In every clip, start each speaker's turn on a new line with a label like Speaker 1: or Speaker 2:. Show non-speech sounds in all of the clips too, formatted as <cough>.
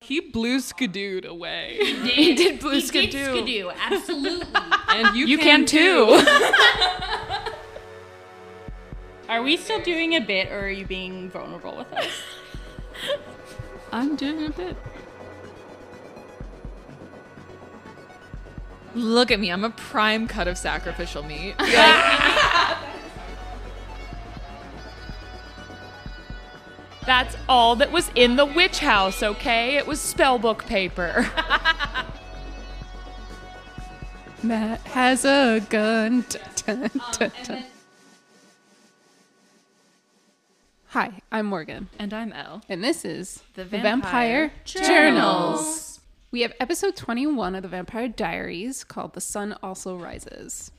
Speaker 1: He blew Skidooed away.
Speaker 2: He did Blue
Speaker 3: <laughs> He
Speaker 2: Skidoo. Ah,
Speaker 3: did Skidoo, absolutely.
Speaker 1: And you,
Speaker 2: You can too.
Speaker 4: <laughs>
Speaker 3: <laughs>
Speaker 4: Are we still doing a bit or are you being vulnerable with us?
Speaker 1: I'm doing a bit. Look at me. I'm a prime cut of sacrificial
Speaker 2: <laughs>
Speaker 1: meat.
Speaker 2: That's all that was in the witch house, okay? It was spellbook <laughs> paper.
Speaker 1: Matt has a gun. Oh, Hi, I'm Morgan,
Speaker 2: and I'm Elle.
Speaker 1: and this is
Speaker 2: The Vampire
Speaker 1: Journals. We have episode 21 of the Vampire Diaries called The Sun Also Rises.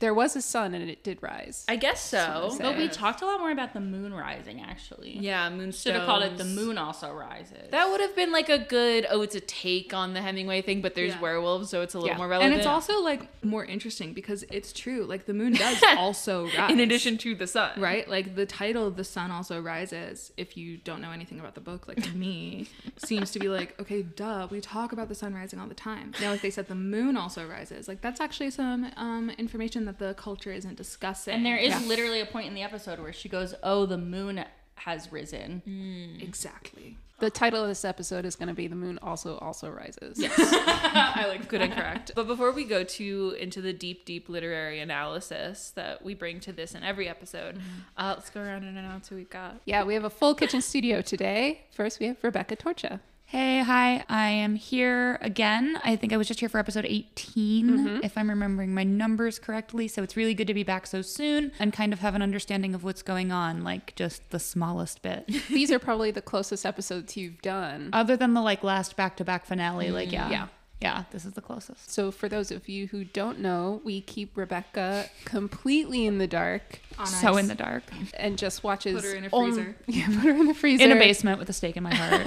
Speaker 1: There was a sun and it did rise.
Speaker 4: I guess so.
Speaker 1: That's what I
Speaker 4: But we
Speaker 1: said.
Speaker 4: talked a lot more about the moon rising, actually.
Speaker 3: yeah, Moonstone.
Speaker 4: Should have called it The Moon Also Rises.
Speaker 3: That would have been like a good, oh, it's a take on the Hemingway thing, but there's
Speaker 1: Yeah.
Speaker 3: werewolves, so it's a little
Speaker 1: Yeah.
Speaker 3: more relevant.
Speaker 1: And it's also like more interesting because it's true. Like the moon does also rise.
Speaker 3: in addition to the sun.
Speaker 1: right? Like the title The Sun Also Rises, if you don't know anything about the book, like to me, seems to be like, okay, duh, we talk about the sun rising all the time. Now if they said the moon also rises, like that's actually some um, information that the culture isn't discussing.
Speaker 4: And there is
Speaker 1: Yeah.
Speaker 4: literally a point in the episode where she goes, Oh, the moon has risen.
Speaker 3: Mm.
Speaker 1: Exactly. The title of this episode is going to be "The Moon Also Also Rises."
Speaker 3: I like good and correct. But before we go too into the deep, deep literary analysis that we bring to this in every episode, uh, let's go around and announce who we've got.
Speaker 1: <laughs> Yeah, we have a full kitchen studio today. First, we have Rebecca Torcha.
Speaker 5: Hey, hi, I am here again. I think I was just here for episode 18, if I'm remembering my numbers correctly. So it's really good to be back so soon and kind of have an understanding of what's going on, like just the smallest bit.
Speaker 1: These are probably the closest episodes you've done.
Speaker 5: Other than the like last back to back finale, like, yeah.
Speaker 1: yeah.
Speaker 5: Yeah, this is the closest.
Speaker 1: So, for those of you who don't know, we keep Rebecca completely in the dark
Speaker 6: Oh,
Speaker 5: So in the dark.
Speaker 1: and just watches.
Speaker 3: Put her in a
Speaker 1: on-
Speaker 3: freezer.
Speaker 1: <laughs> yeah, put her in the freezer.
Speaker 5: In a basement with a stake in my heart.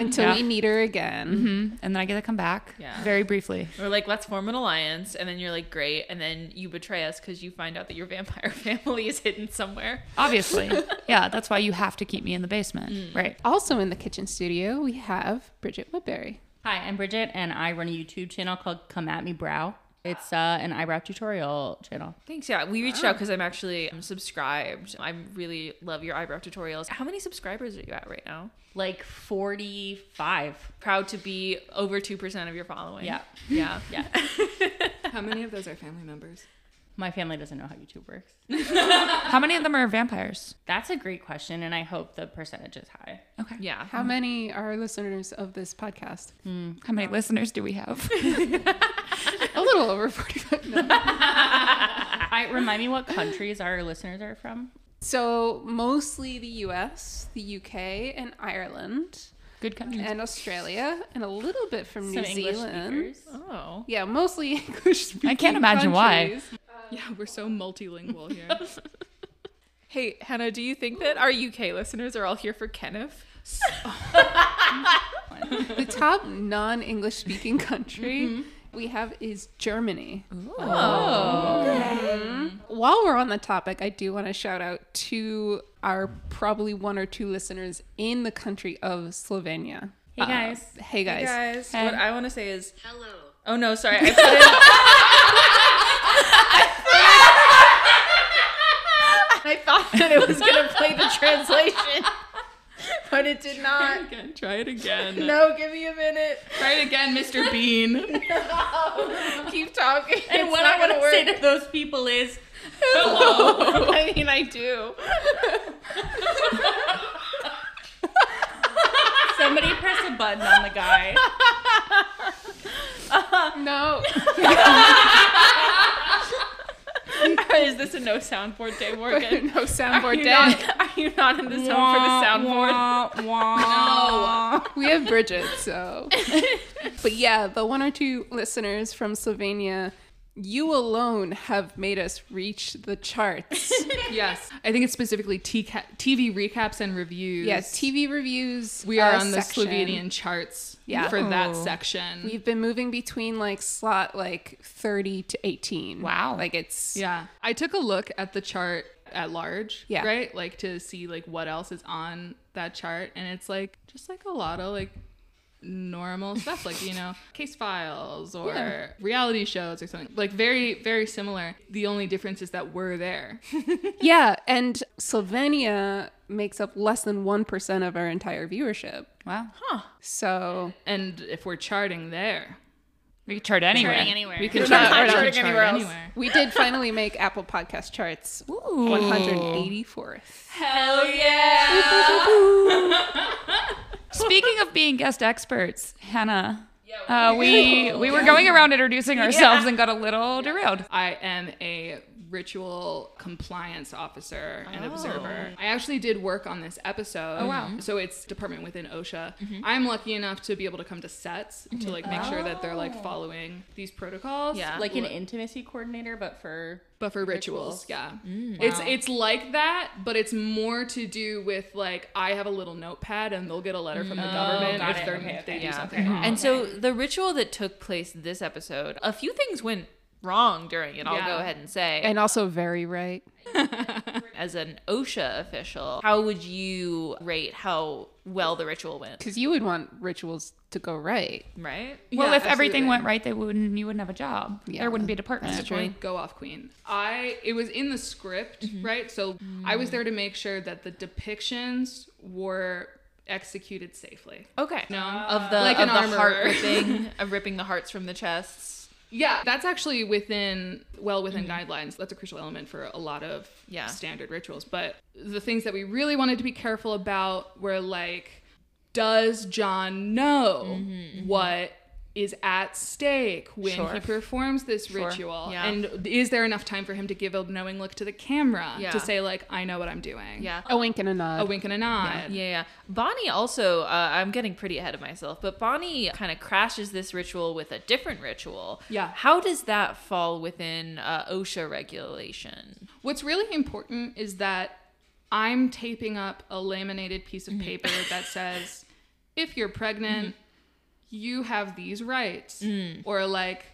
Speaker 1: until
Speaker 5: Yeah. Mm-hmm.
Speaker 1: we meet her again.
Speaker 5: and then I get to come back
Speaker 3: Yeah.
Speaker 5: very briefly.
Speaker 3: We're like, let's form an alliance, and then you're like, great, and then you betray us because you find out that your <laughs> vampire family is hidden somewhere.
Speaker 5: Obviously. yeah, that's why you have to keep me in the basement. Right.
Speaker 1: Also, in the kitchen studio, we have Bridget Woodbury.
Speaker 4: Hi, I'm Bridget, and I run a YouTube channel called Come At Me Brow. It's uh, an eyebrow tutorial channel.
Speaker 3: Thanks. Yeah, we reached out because I'm actually um, subscribed. I really love your eyebrow tutorials. How many subscribers are you at right now?
Speaker 4: Like 45.
Speaker 3: Proud to be over two percent of your following.
Speaker 4: Yeah.
Speaker 3: <laughs> yeah, yeah.
Speaker 6: How many of those are family members?
Speaker 4: My family doesn't know how YouTube works.
Speaker 5: How many of them are vampires?
Speaker 4: That's a great question, and I hope the percentage is high.
Speaker 5: Okay.
Speaker 3: <laughs> Yeah.
Speaker 1: How many are listeners of this
Speaker 5: <laughs>
Speaker 1: podcast?
Speaker 5: How many listeners do we have?
Speaker 1: A little over 45. No.
Speaker 5: <laughs>
Speaker 4: I remind me what countries our listeners are from.
Speaker 1: So, mostly the US, the UK, and Ireland,
Speaker 5: Good country.
Speaker 1: and Australia, and a little bit from New
Speaker 4: Some English
Speaker 1: Zealand.
Speaker 4: speakers.
Speaker 3: Oh.
Speaker 1: Yeah, mostly <laughs> English speaking.
Speaker 5: I can't imagine why.
Speaker 6: Yeah, we're so multilingual here.
Speaker 3: Hey, Hannah, do you think that our UK listeners are all here for Kenneth?
Speaker 1: The top non English speaking country
Speaker 6: Mm-hmm.
Speaker 1: we have is Germany.
Speaker 6: Oh.
Speaker 1: Oh. Mm-hmm. While we're on the topic, I do want to shout out to our probably one or two listeners in the country of Slovenia.
Speaker 4: Hey,
Speaker 1: Uh,
Speaker 4: guys.
Speaker 1: Hey guys.
Speaker 3: Guys, what I want to say is
Speaker 7: Hello.
Speaker 3: Oh no, sorry. I put in. I, put in- <laughs> I thought that it was gonna
Speaker 6: <laughs>
Speaker 3: play the translation, but it did not.
Speaker 6: Again, try it again.
Speaker 3: No, give me a minute.
Speaker 6: Try it again, Mr. Bean.
Speaker 3: Keep talking.
Speaker 4: And
Speaker 3: It's
Speaker 4: what
Speaker 3: not
Speaker 4: I want
Speaker 3: gonna
Speaker 4: to
Speaker 3: work.
Speaker 4: say to those people is <laughs>
Speaker 3: Hello. <laughs> I mean, I do.
Speaker 4: somebody press a button on the guy.
Speaker 1: <laughs> No.
Speaker 3: <laughs>
Speaker 1: <laughs>
Speaker 3: Is this a no soundboard day,
Speaker 4: <laughs>
Speaker 3: Morgan?
Speaker 1: no soundboard
Speaker 6: <laughs>
Speaker 3: You're
Speaker 1: day.
Speaker 3: not- <laughs> are you not in this home for the soundboard?
Speaker 1: We have Bridget,
Speaker 6: <laughs>
Speaker 1: so. but yeah, the one or two listeners from Slovenia, you alone have made us reach the
Speaker 6: <laughs>
Speaker 1: charts.
Speaker 6: yes. I think it's specifically TCA TV recaps and reviews.
Speaker 1: yeah, TV reviews.
Speaker 6: We are
Speaker 1: uh,
Speaker 6: on the
Speaker 1: section.
Speaker 6: Slovenian charts
Speaker 1: Yeah.
Speaker 6: for that section.
Speaker 1: We've been moving between like slot like 30 to 18.
Speaker 5: Wow.
Speaker 1: Like it's.
Speaker 6: yeah. I took a look at the chart at large,
Speaker 1: Yeah.
Speaker 6: right? Like to see like what else is on that chart and it's like just like a lot of like normal stuff like
Speaker 3: <laughs>
Speaker 6: you know case files or reality shows or something like very very similar the only difference is that
Speaker 3: <laughs>
Speaker 6: we're there
Speaker 1: yeah, and Slovenia makes up less than 1% of our entire viewership.
Speaker 5: Wow.
Speaker 1: So,
Speaker 6: and if we're charting there
Speaker 2: We could chart anywhere.
Speaker 3: anywhere.
Speaker 6: we can
Speaker 3: We're
Speaker 6: chart,
Speaker 3: not
Speaker 6: we can
Speaker 3: charting
Speaker 6: chart
Speaker 3: anywhere else.
Speaker 6: anywhere.
Speaker 1: we did finally make Apple Podcast Charts 184th.
Speaker 3: Hell yeah.
Speaker 5: Speaking of being guest experts, Hannah, uh, we we were going around introducing ourselves and got a little derailed.
Speaker 6: I am a ritual compliance officer and observer. I actually did work on this episode. Oh wow. So it's department within OSHA. I'm lucky enough to be able to come to sets to like make sure that they're like following these protocols.
Speaker 3: Yeah.
Speaker 4: Like an intimacy coordinator, but for
Speaker 6: But for rituals, yeah. It's it's like that, but it's more to do with like I have a little notepad and they'll get a letter from the government
Speaker 4: Oh, got
Speaker 6: if
Speaker 4: it.
Speaker 6: they're,
Speaker 4: Okay, okay.
Speaker 6: they do
Speaker 3: Yeah.
Speaker 6: something wrong.
Speaker 3: And so the ritual that took place this episode, a few things went wrong during it. I'll
Speaker 6: Yeah.
Speaker 3: go ahead and say.
Speaker 1: And also, very right.
Speaker 3: as an OSHA official, how would you rate how well the ritual went?
Speaker 1: Because you would want rituals to go right.
Speaker 3: Right?
Speaker 5: Well,
Speaker 6: Yeah,
Speaker 5: if everything
Speaker 6: absolutely.
Speaker 5: went right, they wouldn't you wouldn't have a job.
Speaker 1: Yeah.
Speaker 5: There wouldn't be a department.
Speaker 6: Go off, Queen. I it was in the script, right? So I was there to make sure that the depictions were executed safely.
Speaker 3: Okay.
Speaker 6: No.
Speaker 3: Of the
Speaker 6: Like
Speaker 3: of
Speaker 6: an
Speaker 3: the
Speaker 6: armorer.
Speaker 3: heart ripping,
Speaker 6: <laughs>
Speaker 3: of ripping the hearts from the chests.
Speaker 6: Yeah, that's actually within well within guidelines. That's a crucial element for a lot of
Speaker 3: Mm-hmm. Yeah.
Speaker 6: standard rituals. But the things that we really wanted to be careful about were like, does John know
Speaker 3: Mm-hmm.
Speaker 6: what is at stake when he performs this ritual?
Speaker 3: Yeah.
Speaker 6: And is there enough time for him to give a knowing look to the camera
Speaker 3: Yeah.
Speaker 6: to say like, I know what I'm doing?
Speaker 3: Yeah.
Speaker 1: A wink and a nod.
Speaker 6: a wink and a nod.
Speaker 3: Yeah, yeah. Bonnie also, uh, I'm getting pretty ahead of myself, but Bonnie kind of crashes this ritual with a different ritual.
Speaker 6: Yeah.
Speaker 3: How does that fall within uh, OSHA regulation?
Speaker 6: What's really important is that I'm taping up a laminated piece
Speaker 3: Mm-hmm.
Speaker 6: of paper that says, if you're pregnant, you have these rights.
Speaker 3: Mm.
Speaker 6: Or like,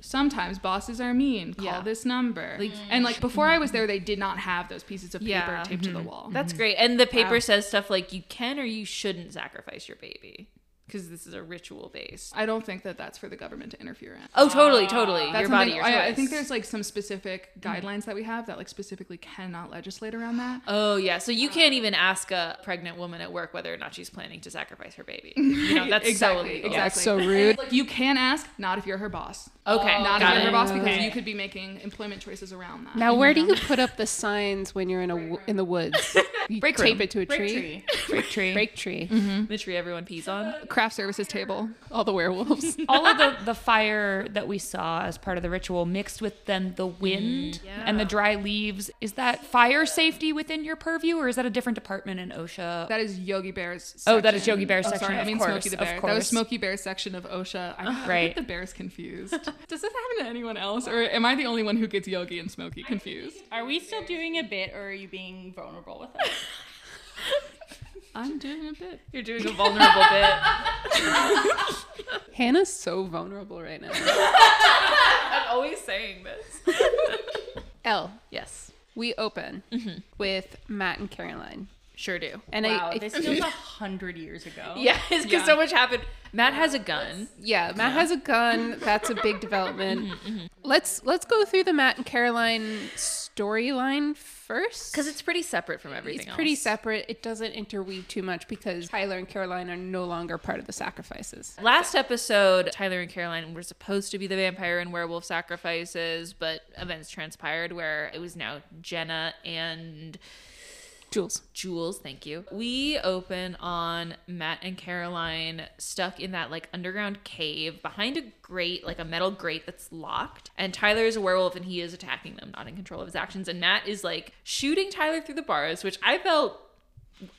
Speaker 6: sometimes bosses are mean, call
Speaker 3: Yeah. mm-hmm.
Speaker 6: this number. and like, before I was there, they did not have those pieces of paper
Speaker 3: Yeah. Mm-hmm.
Speaker 6: taped to the wall.
Speaker 3: That's great. And the paper says stuff like you can or you shouldn't sacrifice your baby because this is a ritual based.
Speaker 6: I don't think that that's for the government to interfere in.
Speaker 3: Oh, totally, totally. your
Speaker 6: That's
Speaker 3: body,
Speaker 6: something-
Speaker 3: your
Speaker 6: I, I
Speaker 3: choice. Mm-hmm.
Speaker 6: think there's like some specific guidelines that we have that like specifically cannot legislate around that.
Speaker 3: Oh yeah, so
Speaker 6: Uh.
Speaker 3: you can't even ask a pregnant woman at work whether or not she's planning to sacrifice her
Speaker 6: <laughs>
Speaker 3: baby. You know, that's so
Speaker 6: exactly.
Speaker 3: illegal.
Speaker 6: exactly.
Speaker 1: That's so rude.
Speaker 6: Like, you can ask, not if you're her boss.
Speaker 3: Okay,
Speaker 6: not if
Speaker 3: got
Speaker 6: you're her
Speaker 3: it.
Speaker 6: boss because you could be making employment choices around
Speaker 1: <laughs>
Speaker 6: that.
Speaker 1: Now, where do you put up the signs when you're in a w- in the woods? <laughs> You
Speaker 5: Break
Speaker 1: tape
Speaker 5: room.
Speaker 1: it to a tree. Mm-hmm.
Speaker 5: Break tree.
Speaker 1: Break tree.
Speaker 3: The tree everyone pees on.
Speaker 6: <laughs> Craft services table, all the werewolves.
Speaker 5: All of the, the fire that we saw as part of the ritual mixed with then the wind and the dry leaves. Is that fire safety within your purview or is that a different department in OSHA?
Speaker 6: that is Yogi Bear's. Section.
Speaker 5: Oh, that is Yogi Bear's
Speaker 6: Oh,
Speaker 5: section,
Speaker 6: Sorry, I
Speaker 5: of
Speaker 6: mean
Speaker 5: course,
Speaker 6: Smokey the
Speaker 5: of
Speaker 6: Bear. That was
Speaker 5: course.
Speaker 6: Smokey Bear's section of OSHA. I, I
Speaker 5: Right.
Speaker 6: get the bears confused. Does this happen to anyone else, or am I the only one who gets Yogi and Smokey confused?
Speaker 4: Are we still doing a bit or are you being vulnerable with us?
Speaker 6: I'm doing a bit.
Speaker 3: You're doing a <laughs> vulnerable bit.
Speaker 1: Hannah's so vulnerable right now.
Speaker 3: <laughs> I'm always saying this.
Speaker 1: <laughs> L.
Speaker 3: Yes,
Speaker 1: We open
Speaker 3: Mm-hmm.
Speaker 1: with Matt and Caroline,
Speaker 3: sure do.
Speaker 1: and
Speaker 4: Wow,
Speaker 1: I, I <laughs>
Speaker 4: this feels a hundred years ago.
Speaker 3: Yeah, <laughs> it's because so much happened. Matt has a gun.
Speaker 1: yeah, Matt has a gun. That's a big development.
Speaker 3: Mm-hmm,
Speaker 1: Let's let's go through the Matt and Caroline storyline first
Speaker 3: Because it's pretty separate from everything
Speaker 1: it's pretty
Speaker 3: else.
Speaker 1: separate. It doesn't interweave too much because Tyler and Caroline are no longer part of the sacrifices.
Speaker 3: Last episode, Tyler and Caroline were supposed to be the vampire and werewolf sacrifices, but events transpired where it was now Jenna and
Speaker 1: Jules.
Speaker 3: Jules, thank you. We open on Matt and Caroline stuck in that like underground cave behind a grate, like a metal grate that's locked. And Tyler is a werewolf and he is attacking them, not in control of his actions. And Matt is like shooting Tyler through the bars, which I felt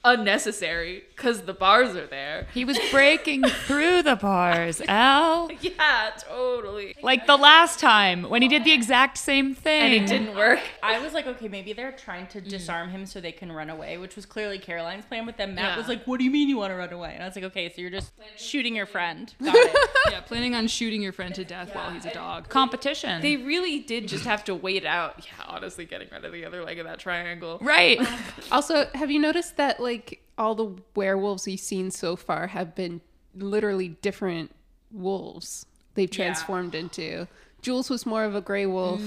Speaker 3: unnecessary because the bars are there. <laughs>
Speaker 5: He was breaking through the bars, Al.
Speaker 3: Yeah, totally.
Speaker 5: Like the last time when he did the exact same thing.
Speaker 3: And it didn't work.
Speaker 4: I was like, okay, maybe they're trying to disarm him so they can run away, which was clearly Caroline's plan. But then Matt
Speaker 3: Yeah.
Speaker 4: was like, "What do you mean you want to run away?" And I was like, "Okay, so you're just shooting your friend." Got it.
Speaker 6: Yeah, planning on shooting your friend to death while he's a dog.
Speaker 5: competition.
Speaker 3: They really did just have to wait out. Yeah, honestly, getting rid of the other leg of that triangle.
Speaker 5: right.
Speaker 1: Also, have you noticed that like all the werewolves we've seen so far have been literally different wolves they've transformed into. Jules was more of a gray wolf.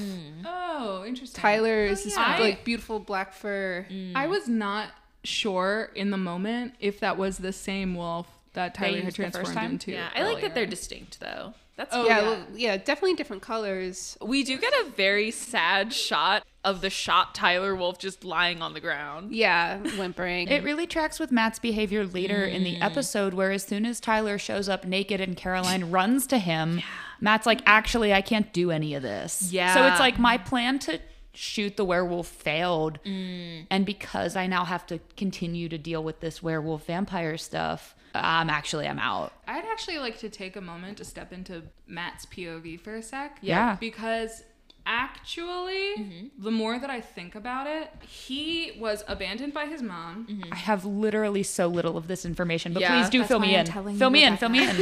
Speaker 6: Oh, Mm. interesting.
Speaker 1: Tyler is this like beautiful black fur.
Speaker 6: I was not sure in the moment if that was the same wolf that Tyler had
Speaker 2: used the first
Speaker 6: transformed
Speaker 2: time?
Speaker 6: into.
Speaker 3: Yeah, I like that they're distinct though. That's
Speaker 1: Oh, yeah, well, yeah, definitely different colors.
Speaker 3: we do get a very sad shot of the shot Tyler Wolf just lying on the ground.
Speaker 1: Yeah, whimpering.
Speaker 5: It really tracks with Matt's behavior later in the episode, where as soon as Tyler shows up naked and Caroline runs to him, Matt's like, actually, I can't do any of this.
Speaker 3: Yeah.
Speaker 5: So it's like my plan to shoot the werewolf failed. And because I now have to continue to deal with this werewolf vampire stuff, I'm actually, I'm out.
Speaker 6: I'd actually like to take a moment to step into Matt's POV for a sec.
Speaker 5: Yeah.
Speaker 6: Because actually, the more that I think about it, he was abandoned by his mom.
Speaker 5: I have literally so little of this information, but
Speaker 3: Yeah,
Speaker 5: please do
Speaker 6: that's
Speaker 5: fill
Speaker 6: why
Speaker 5: me
Speaker 6: I'm
Speaker 5: in.
Speaker 6: telling
Speaker 5: Fill
Speaker 6: you
Speaker 5: me in,
Speaker 6: about
Speaker 5: fill me in.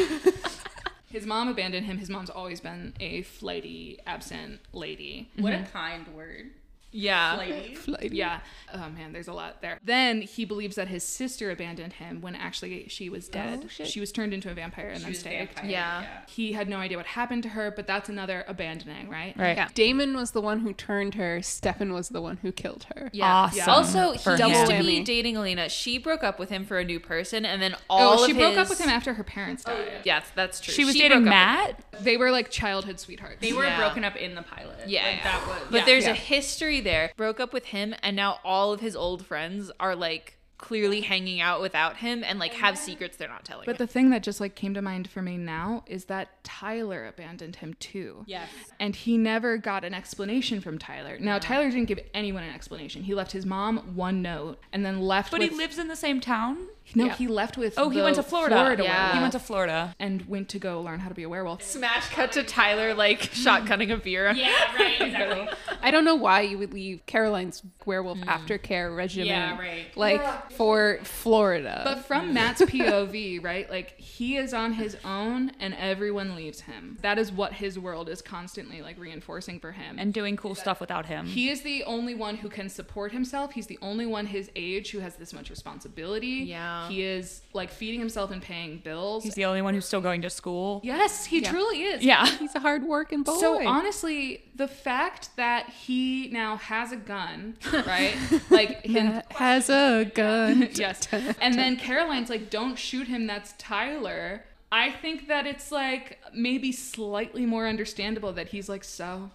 Speaker 6: His mom abandoned him. His mom's always been a flighty, absent lady.
Speaker 4: What a kind word.
Speaker 3: Yeah.
Speaker 4: Lady.
Speaker 6: Yeah. Oh man, there's a lot there. Then he believes that his sister abandoned him when actually she was dead. She was turned into a vampire and then staked.
Speaker 3: yeah.
Speaker 6: He had no idea what happened to her, but that's another abandoning, right?
Speaker 5: Right.
Speaker 1: yeah. Damon was the one who turned her. Stefan was the one who killed her.
Speaker 3: Yeah.
Speaker 5: Awesome
Speaker 3: Also,
Speaker 5: for
Speaker 3: he used
Speaker 1: him.
Speaker 3: to be
Speaker 1: Whammy.
Speaker 3: dating Elena. She broke up with him for a new person, and then all
Speaker 6: Oh, she
Speaker 3: of
Speaker 6: broke
Speaker 3: his-
Speaker 6: up with him after her parents died.
Speaker 3: Yes, that's true.
Speaker 5: She was
Speaker 3: broke up
Speaker 5: dating
Speaker 3: with-
Speaker 5: Matt.
Speaker 6: They were like childhood sweethearts.
Speaker 4: They were
Speaker 3: Yeah.
Speaker 4: broken up in the pilot.
Speaker 3: Yeah,
Speaker 4: Like,
Speaker 3: yeah.
Speaker 4: that was.
Speaker 3: But there's
Speaker 1: yeah.
Speaker 3: a history there. Broke up with him, and now all of his old friends are like clearly hanging out without him, and like have secrets they're not telling.
Speaker 6: But the thing that just like came to mind for me now is that Tyler abandoned him too.
Speaker 4: Yes.
Speaker 6: And he never got an explanation from Tyler. Now Tyler didn't give anyone an explanation. He left his mom one note and then left.
Speaker 5: But
Speaker 6: with,
Speaker 5: he lives in the same town.
Speaker 6: No, he left with.
Speaker 5: Oh, he
Speaker 6: the
Speaker 5: went to Florida.
Speaker 3: Yeah.
Speaker 5: He went to Florida.
Speaker 6: and went to go learn how to be a werewolf.
Speaker 3: Smash cut to Tyler like shotgunning a beer. Yeah.
Speaker 4: right, exactly.
Speaker 1: I don't know why you would leave Caroline's werewolf aftercare regimen,
Speaker 4: Yeah, right.
Speaker 1: like for Florida.
Speaker 6: But from Matt's POV, <laughs> right? Like he is on his own and everyone leaves him. That is what his world is constantly like reinforcing for him.
Speaker 5: and doing cool stuff without him.
Speaker 6: He is the only one who can support himself. He's the only one his age who has this much responsibility.
Speaker 3: Yeah.
Speaker 6: He is like feeding himself and paying bills.
Speaker 5: He's the only one who's still going
Speaker 3: <laughs>
Speaker 5: to school.
Speaker 6: yes, he truly is.
Speaker 5: Yeah.
Speaker 1: He's a hard working boy.
Speaker 6: So honestly, the fact that he now has a
Speaker 5: <laughs>
Speaker 6: gun, right? like him, <laughs>
Speaker 1: Matt has a gun.
Speaker 6: yes. And then Caroline's like, "Don't shoot him. That's Tyler." I think that it's like maybe slightly more understandable that he's like, "So,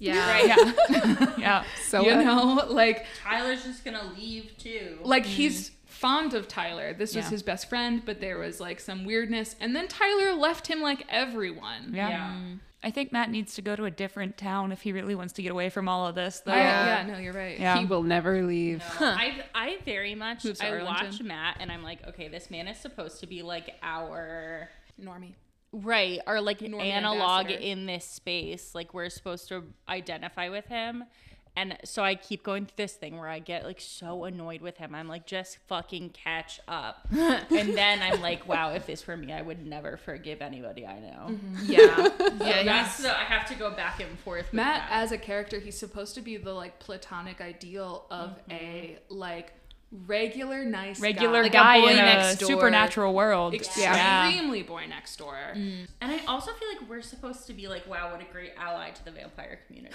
Speaker 3: Yeah.
Speaker 5: Yeah. <laughs> yeah.
Speaker 1: so
Speaker 6: you
Speaker 1: uh,
Speaker 6: know, <laughs> like
Speaker 4: Tyler's just gonna leave too.
Speaker 6: like he's fond of Tyler. This was
Speaker 5: Mm-hmm. Yeah.
Speaker 6: his best friend, but there was like some weirdness. And then Tyler left him like everyone.
Speaker 5: Yeah.
Speaker 4: yeah.
Speaker 5: I think Matt needs to go to a different town if he really wants to get away from all of this. Though.
Speaker 6: I- yeah, no, you're right.
Speaker 5: Yeah.
Speaker 1: he will never leave.
Speaker 4: I I very much
Speaker 6: Moves to
Speaker 4: I watch
Speaker 6: Arlington.
Speaker 4: Matt and I'm like, okay, this man is supposed to be like our
Speaker 6: Normie.
Speaker 4: right or like
Speaker 6: Norman
Speaker 4: analog
Speaker 6: ambassador.
Speaker 4: in this space. Like we're supposed to identify with him. And so I keep going through this thing where I get like so annoyed with him. I'm like, just fucking catch
Speaker 6: <laughs>
Speaker 4: up. and then I'm like, wow, if this were me, I would never forgive anybody I know.
Speaker 6: Mm-hmm.
Speaker 4: <laughs>
Speaker 3: Yeah. Yeah.
Speaker 4: That's the- I have to go back and forth. with
Speaker 6: Matt, as a character, he's supposed to be the like platonic ideal of a like regular nice
Speaker 5: Mm-hmm. regular
Speaker 6: guy.
Speaker 5: guy
Speaker 3: boy
Speaker 5: in a
Speaker 3: next door.
Speaker 5: supernatural world. Yeah. Mm.
Speaker 6: extremely boy next door.
Speaker 4: And I also feel like we're supposed to be like, wow, what a great ally to the vampire
Speaker 6: <laughs>
Speaker 4: community.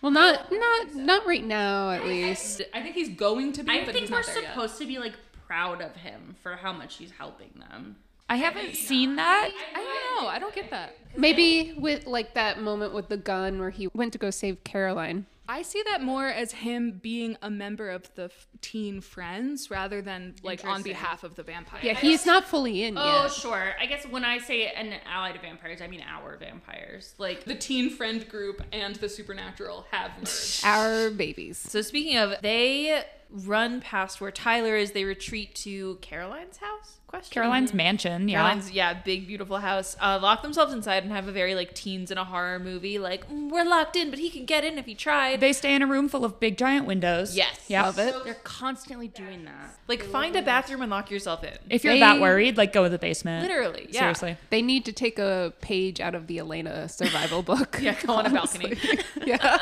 Speaker 1: Well, not not not right now, at least.
Speaker 6: I think he's going to be,
Speaker 4: I
Speaker 6: but
Speaker 4: think
Speaker 6: he's
Speaker 4: we're
Speaker 6: not there yet.
Speaker 4: supposed to be like proud of him for how much he's helping them.
Speaker 5: I haven't seen that.
Speaker 6: I don't know. I don't get that.
Speaker 1: Maybe with like that moment with the gun where he went to go save Caroline.
Speaker 6: I see that more as him being a member of the f- teen friends rather than like on behalf of the vampire.
Speaker 1: Yeah, he's not fully in
Speaker 4: Oh,
Speaker 1: yet.
Speaker 4: sure. I guess when I say an ally to vampires, I mean our vampires. Like,
Speaker 6: the teen friend group and the supernatural have <laughs> merged.
Speaker 1: Our babies.
Speaker 3: So speaking of, they run past where Tyler is. They retreat to Caroline's house. Question.
Speaker 5: Caroline's mansion. Yeah.
Speaker 3: Caroline's, yeah, big beautiful house. Uh, lock themselves inside and have a very like teens in a horror movie. Like "Mm, we're locked in, but he can get in if he tried.
Speaker 5: They stay in a room full of big giant windows.
Speaker 3: Yes.
Speaker 5: Yeah.
Speaker 4: they're constantly doing that.
Speaker 3: like find a bathroom and lock yourself in.
Speaker 5: If you're
Speaker 1: They-
Speaker 5: that worried, like go to the basement.
Speaker 3: Literally, yeah.
Speaker 5: Seriously.
Speaker 1: They need to take a page out of the Elena survival book.
Speaker 3: Yeah, go on a balcony.
Speaker 1: yeah.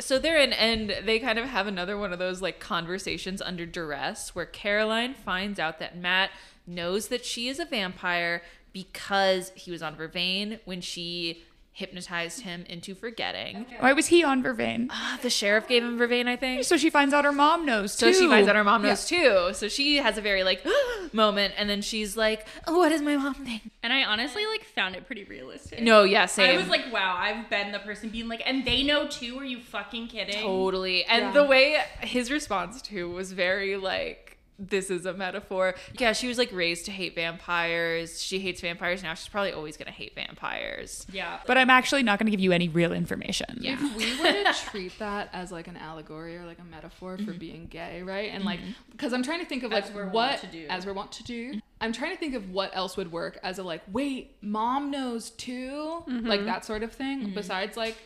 Speaker 3: So they're in, and they kind of have another one of those like conversations under duress where Caroline finds out that Matt knows that she is a vampire because he was on Vervain when she hypnotized him into forgetting.
Speaker 5: Why was he on Vervain?
Speaker 3: Ah, the sheriff gave him Vervain, I think.
Speaker 5: So she finds out her mom knows
Speaker 3: So
Speaker 5: too.
Speaker 3: she finds out her mom knows too. So she has a very like <gasps> moment, and then she's like, oh, "What does my mom think?"
Speaker 4: And I honestly like found it pretty realistic.
Speaker 3: No, yeah, same.
Speaker 4: I was like, wow, I've been the person being like, and they know too. Are you fucking kidding?
Speaker 3: Totally. And the way his response to was very like, this is a metaphor. Yeah, she was like raised to hate vampires. She hates vampires now. She's probably always going to hate vampires.
Speaker 4: Yeah.
Speaker 5: But I'm actually not going to give you any real information. Yeah.
Speaker 6: we were to treat that as like an allegory or like a metaphor for being gay, right? And like, because I'm trying to think of like
Speaker 4: As we're wont
Speaker 6: what
Speaker 4: to do.
Speaker 6: as we're want to do. I'm trying to think of what else would work as a like, wait, mom knows too, like that sort of thing. Besides like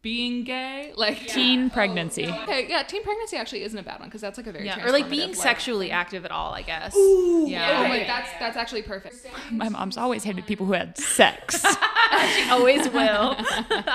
Speaker 6: being gay, like
Speaker 5: Teen pregnancy.
Speaker 3: Oh,
Speaker 6: Okay, yeah, teen pregnancy actually isn't a bad one because that's like a very
Speaker 3: Yeah. Or like being
Speaker 6: transformative,
Speaker 3: sexually active at all, I guess.
Speaker 6: Oh,
Speaker 3: yeah.
Speaker 6: like that's that's actually perfect.
Speaker 5: My mom's always hated people who had sex.
Speaker 3: <laughs> Always
Speaker 4: <laughs>
Speaker 3: will.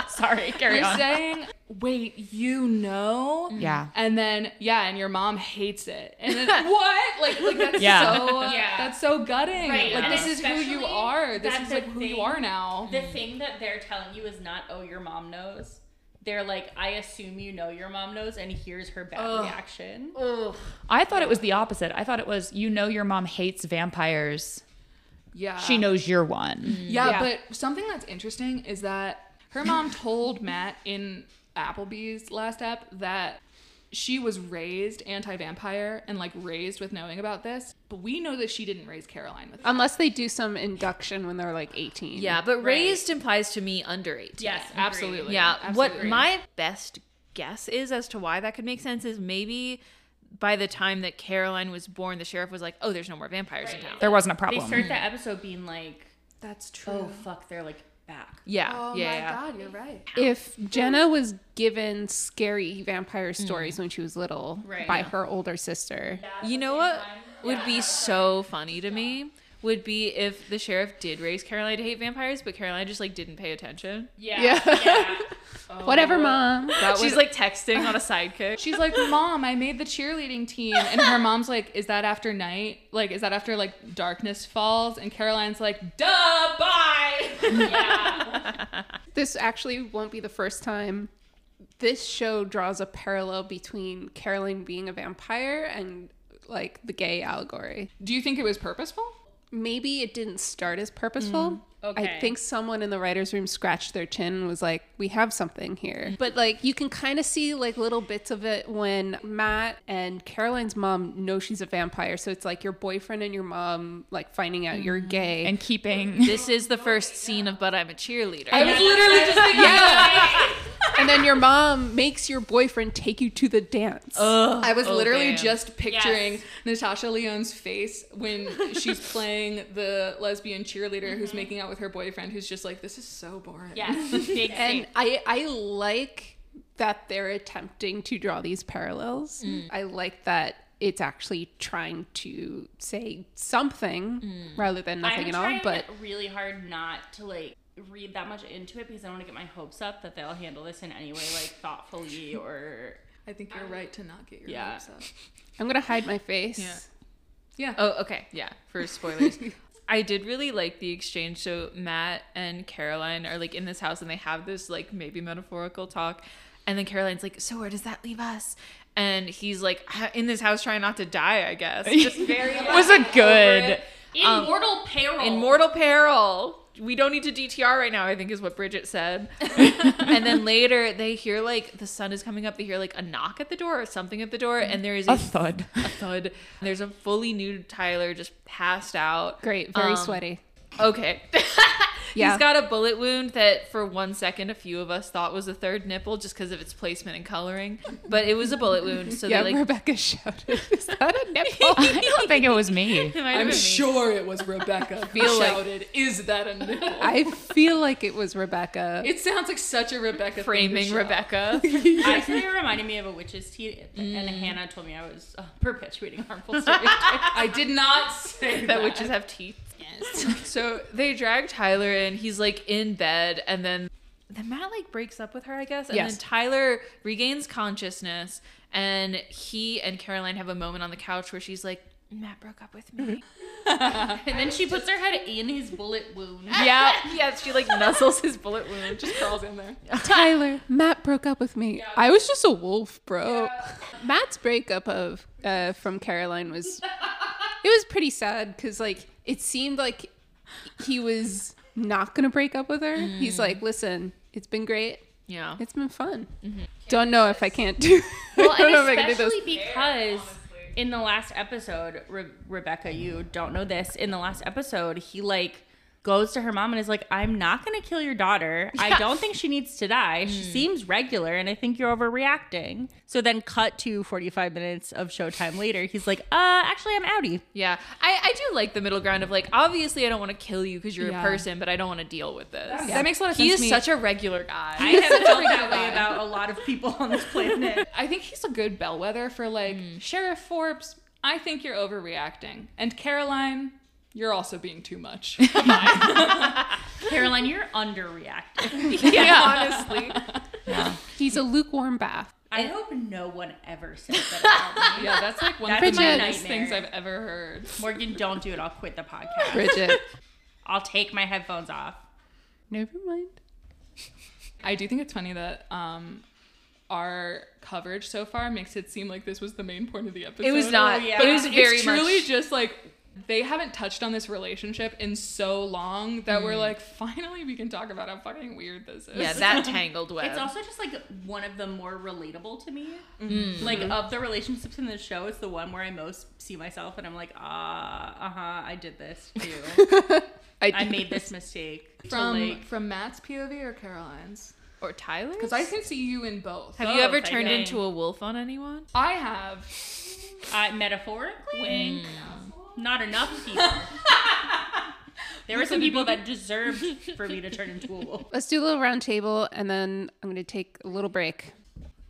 Speaker 5: Sorry, carry
Speaker 6: You're
Speaker 5: on.
Speaker 6: saying, wait, you know?
Speaker 5: Yeah.
Speaker 6: And then yeah, and your mom hates it. And
Speaker 4: <laughs>
Speaker 6: then what? Like like that's
Speaker 5: Yeah.
Speaker 6: so
Speaker 4: Yeah.
Speaker 6: that's so gutting.
Speaker 4: Right,
Speaker 6: Like
Speaker 4: and
Speaker 6: this is who you
Speaker 4: especially
Speaker 6: are. This
Speaker 4: that's
Speaker 6: is like
Speaker 4: the
Speaker 6: who you
Speaker 4: thing.
Speaker 6: are now.
Speaker 4: <laughs> The thing that they're telling you is not, oh, your mom knows. They're like, I assume you know your mom knows, and here's her bad reaction.
Speaker 5: I thought it was the opposite. I thought it was you know your mom hates vampires.
Speaker 6: Yeah. Mm-hmm.
Speaker 5: She knows you're one.
Speaker 6: Yeah, but something that's interesting is that her mom told Matt in Applebee's last app that she was raised anti-vampire and like raised with knowing about this, but we know that she didn't raise Caroline with
Speaker 1: Unless they do some induction when they're like 18.
Speaker 3: yeah, but raised implies to me under 18.
Speaker 4: Yes,
Speaker 6: Absolutely.
Speaker 3: Yeah. What
Speaker 6: Absolutely.
Speaker 3: my best guess is as to why that could make sense is maybe by the time that Caroline was born, the sheriff was like, oh, there's no more vampires in town.
Speaker 5: There wasn't a
Speaker 4: They
Speaker 5: problem.
Speaker 4: start that episode being like,
Speaker 6: That's true.
Speaker 4: oh fuck, they're like back.
Speaker 3: Yeah.
Speaker 6: Oh
Speaker 3: yeah.
Speaker 6: my
Speaker 3: yeah.
Speaker 6: god, you're right.
Speaker 1: If Jenna was given scary vampire stories when she was little
Speaker 4: Right.
Speaker 1: by her older sister,
Speaker 3: You know what would be so funny to me would be if the sheriff did raise Caroline to hate vampires, but Caroline just like didn't pay attention.
Speaker 4: Yeah.
Speaker 1: Yeah. <laughs>
Speaker 4: yeah.
Speaker 1: whatever, mom.
Speaker 3: She's like texting on a sidekick.
Speaker 6: <laughs> She's like, "Mom, I made the cheerleading team." And her mom's like, "Is that after night? Like is that after like darkness falls?" And Caroline's like, "Duh, bye."
Speaker 1: This actually won't be the first time this show draws a parallel between Caroline being a vampire and like the gay allegory.
Speaker 6: Do you think it was purposeful?
Speaker 1: Maybe it didn't start as purposeful.
Speaker 4: Okay.
Speaker 1: I think someone in the writers' room scratched their chin and was like, "We have something here." But like, you can kind of see like little bits of it when Matt and Caroline's mom know she's a vampire. So it's like your boyfriend and your mom like finding out you're gay.
Speaker 3: <laughs>
Speaker 5: and keeping
Speaker 3: This is the first scene of But I'm a Cheerleader. <laughs>
Speaker 1: yeah. and then your mom makes your boyfriend take you to the dance.
Speaker 6: I was literally
Speaker 3: damn.
Speaker 6: just picturing Natasha Leone's face when she's <laughs> playing the lesbian cheerleader who's making out with her boyfriend, who's just like, "This is so boring."
Speaker 4: Yes. <laughs> Big
Speaker 1: and
Speaker 4: thing.
Speaker 1: I I like that they're attempting to draw these parallels.
Speaker 4: Mm.
Speaker 1: I like that it's actually trying to say something rather than nothing
Speaker 4: Mm. I'm
Speaker 1: at all.
Speaker 4: trying
Speaker 1: But
Speaker 4: really hard not to like read that much into it because I don't want to get my hopes up that they'll handle this in any way
Speaker 6: <laughs>
Speaker 4: like thoughtfully or
Speaker 6: I think you're right to not get your
Speaker 4: Yeah.
Speaker 6: hopes up.
Speaker 1: I'm gonna hide my face.
Speaker 3: Oh, okay. Yeah, for
Speaker 4: <laughs>
Speaker 3: spoilers. I did really like the exchange. So Matt and Caroline are like in this house and they have this like maybe metaphorical talk. And then Caroline's like, So where does that leave us? And he's like, "Ah, In this house trying not to die, I
Speaker 4: <laughs>
Speaker 3: guess. Just very like, Um,
Speaker 5: was a good.
Speaker 4: in mortal peril.
Speaker 3: in mortal peril. We don't need to DTR right now, I think is what Bridget
Speaker 4: <laughs>
Speaker 3: said. and then later they hear like the sun is coming up, they hear like a knock at the door or something at the door, and there is a,
Speaker 5: A <laughs> thud.
Speaker 3: a thud. There's a fully nude Tyler just passed out.
Speaker 1: Great, very
Speaker 3: Um,
Speaker 1: sweaty.
Speaker 3: Okay. <laughs>
Speaker 1: Yeah.
Speaker 3: He's got a bullet wound that for one second a few of us thought was a third nipple just because of its placement and coloring. But it was a bullet wound, so
Speaker 1: yeah, <laughs>
Speaker 3: they like
Speaker 1: Rebecca shouted. Is
Speaker 4: <laughs>
Speaker 1: that a nipple?
Speaker 5: I don't think it was me.
Speaker 3: it might have been me.
Speaker 6: it was Rebecca. who
Speaker 3: Feel like-
Speaker 6: "Is that a nipple?"
Speaker 1: I feel like it was Rebecca.
Speaker 6: It sounds like such a Rebecca thing to
Speaker 3: framing
Speaker 1: <laughs>
Speaker 6: shout. <laughs>
Speaker 3: Rebecca.
Speaker 4: Actually, it reminded me of a witch's tea, and
Speaker 6: Mm.
Speaker 4: Hannah told me I was uh, perpetuating harmful stereotypes.
Speaker 6: <laughs> I did not say
Speaker 3: that witches have teeth. Yes. <laughs> so they drag Tyler in. He's like in bed, and then then Matt like breaks up with her, I guess. And
Speaker 1: Yes.
Speaker 3: then Tyler regains consciousness, and he and Caroline have a moment on the couch where she's like, Matt broke up with me. Mm-hmm. <laughs> and then she puts her head in his bullet wound.
Speaker 2: Yeah.
Speaker 3: <laughs> yeah, she like nuzzles his bullet wound. Just
Speaker 6: Crawls in there.
Speaker 1: Tyler, Matt broke up with me. I was just a wolf, bro. Matt's breakup of uh, from Caroline
Speaker 4: <laughs>
Speaker 1: was it was pretty sad because like it seemed like he was not gonna break up with her.
Speaker 4: Mm.
Speaker 1: He's like, listen, it's been great.
Speaker 3: yeah.
Speaker 1: It's been fun. Don't know if I can't do.
Speaker 4: Mm-hmm. Well,
Speaker 1: don't know
Speaker 4: and
Speaker 1: if <laughs> I can do this.
Speaker 4: especially because in the last episode, Re- Rebecca, you don't know this. In the last episode, he like goes to her mom and is like, "I'm not going to kill your daughter. I don't think she needs to die. She seems regular, and I think you're overreacting." So then, cut to 45 minutes of Showtime later. He's like, "Uh, actually, I'm outie."
Speaker 3: Yeah, I, I do like the middle ground of like obviously I don't want to kill you because you're a person, but I don't want to deal with this.
Speaker 6: That makes a lot of
Speaker 3: He is
Speaker 6: sense. to me.
Speaker 3: such a regular guy.
Speaker 4: I have felt that <laughs> way about a lot of people on this planet.
Speaker 6: I think he's a good bellwether for like
Speaker 3: Mm.
Speaker 6: Sheriff Forbes. I think you're overreacting, and Caroline, you're also being
Speaker 3: <laughs>
Speaker 6: too much.
Speaker 4: Caroline, you're underreacting.
Speaker 3: yeah, honestly.
Speaker 1: He's a lukewarm bath.
Speaker 4: I hope no one ever says that about <laughs> me.
Speaker 6: yeah, that's like one
Speaker 4: That's
Speaker 6: of the
Speaker 4: my
Speaker 6: nicest
Speaker 4: nightmare.
Speaker 6: things I've ever heard.
Speaker 4: Morgan, don't do it. I'll quit the podcast. <laughs>
Speaker 1: Bridget,
Speaker 4: I'll take my headphones off.
Speaker 1: never mind.
Speaker 6: I do think it's funny that um, our coverage so far makes it seem like this was the main point of the episode.
Speaker 3: It was not.
Speaker 4: yeah.
Speaker 3: It was
Speaker 6: it's
Speaker 3: very
Speaker 6: truly
Speaker 3: much.
Speaker 6: just like they haven't touched on this relationship in so long that
Speaker 3: Mm.
Speaker 6: we're like, <laughs> finally, we can talk about how fucking weird this is.
Speaker 3: Yeah, that tangled <laughs> web.
Speaker 4: It's also just like one of the more relatable to me.
Speaker 6: Mm-hmm.
Speaker 4: Like of the relationships in the show, it's the one where I most see myself, and I'm like, ah, uh huh, I did this
Speaker 6: <laughs>
Speaker 4: too. I made this mistake. To,
Speaker 6: from
Speaker 4: like-
Speaker 6: from Matt's POV or Caroline's?
Speaker 3: or Tyler.
Speaker 6: Because I can see you in both.
Speaker 3: have you ever
Speaker 4: Both, I
Speaker 3: turned
Speaker 4: think.
Speaker 3: into a wolf on anyone?
Speaker 6: I have.
Speaker 4: I metaphorically, wink. Not enough <laughs> people. there were some people that deserved for me to turn into a wolf.
Speaker 1: Let's do a little round table and then I'm going to take a little break.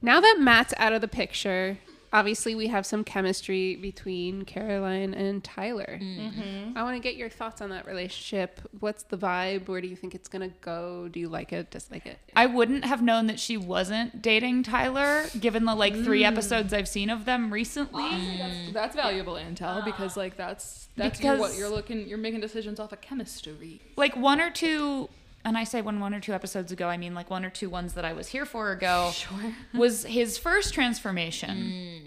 Speaker 1: Now that Matt's out of the picture, obviously we have some chemistry between Caroline and Tyler. I want to get your thoughts on that relationship. What's the vibe? Where do you think it's going to go? Do you like it? Dislike it?
Speaker 5: I wouldn't have known that she wasn't dating Tyler, given the like three episodes I've seen of them recently.
Speaker 6: That's valuable intel because like that's that's your- what
Speaker 5: Because-
Speaker 6: you're looking. You're making decisions off of chemistry.
Speaker 5: Like one or two, and I say one, one or two episodes ago, I mean like one or two ones that I was here for ago. Sure. was his first transformation.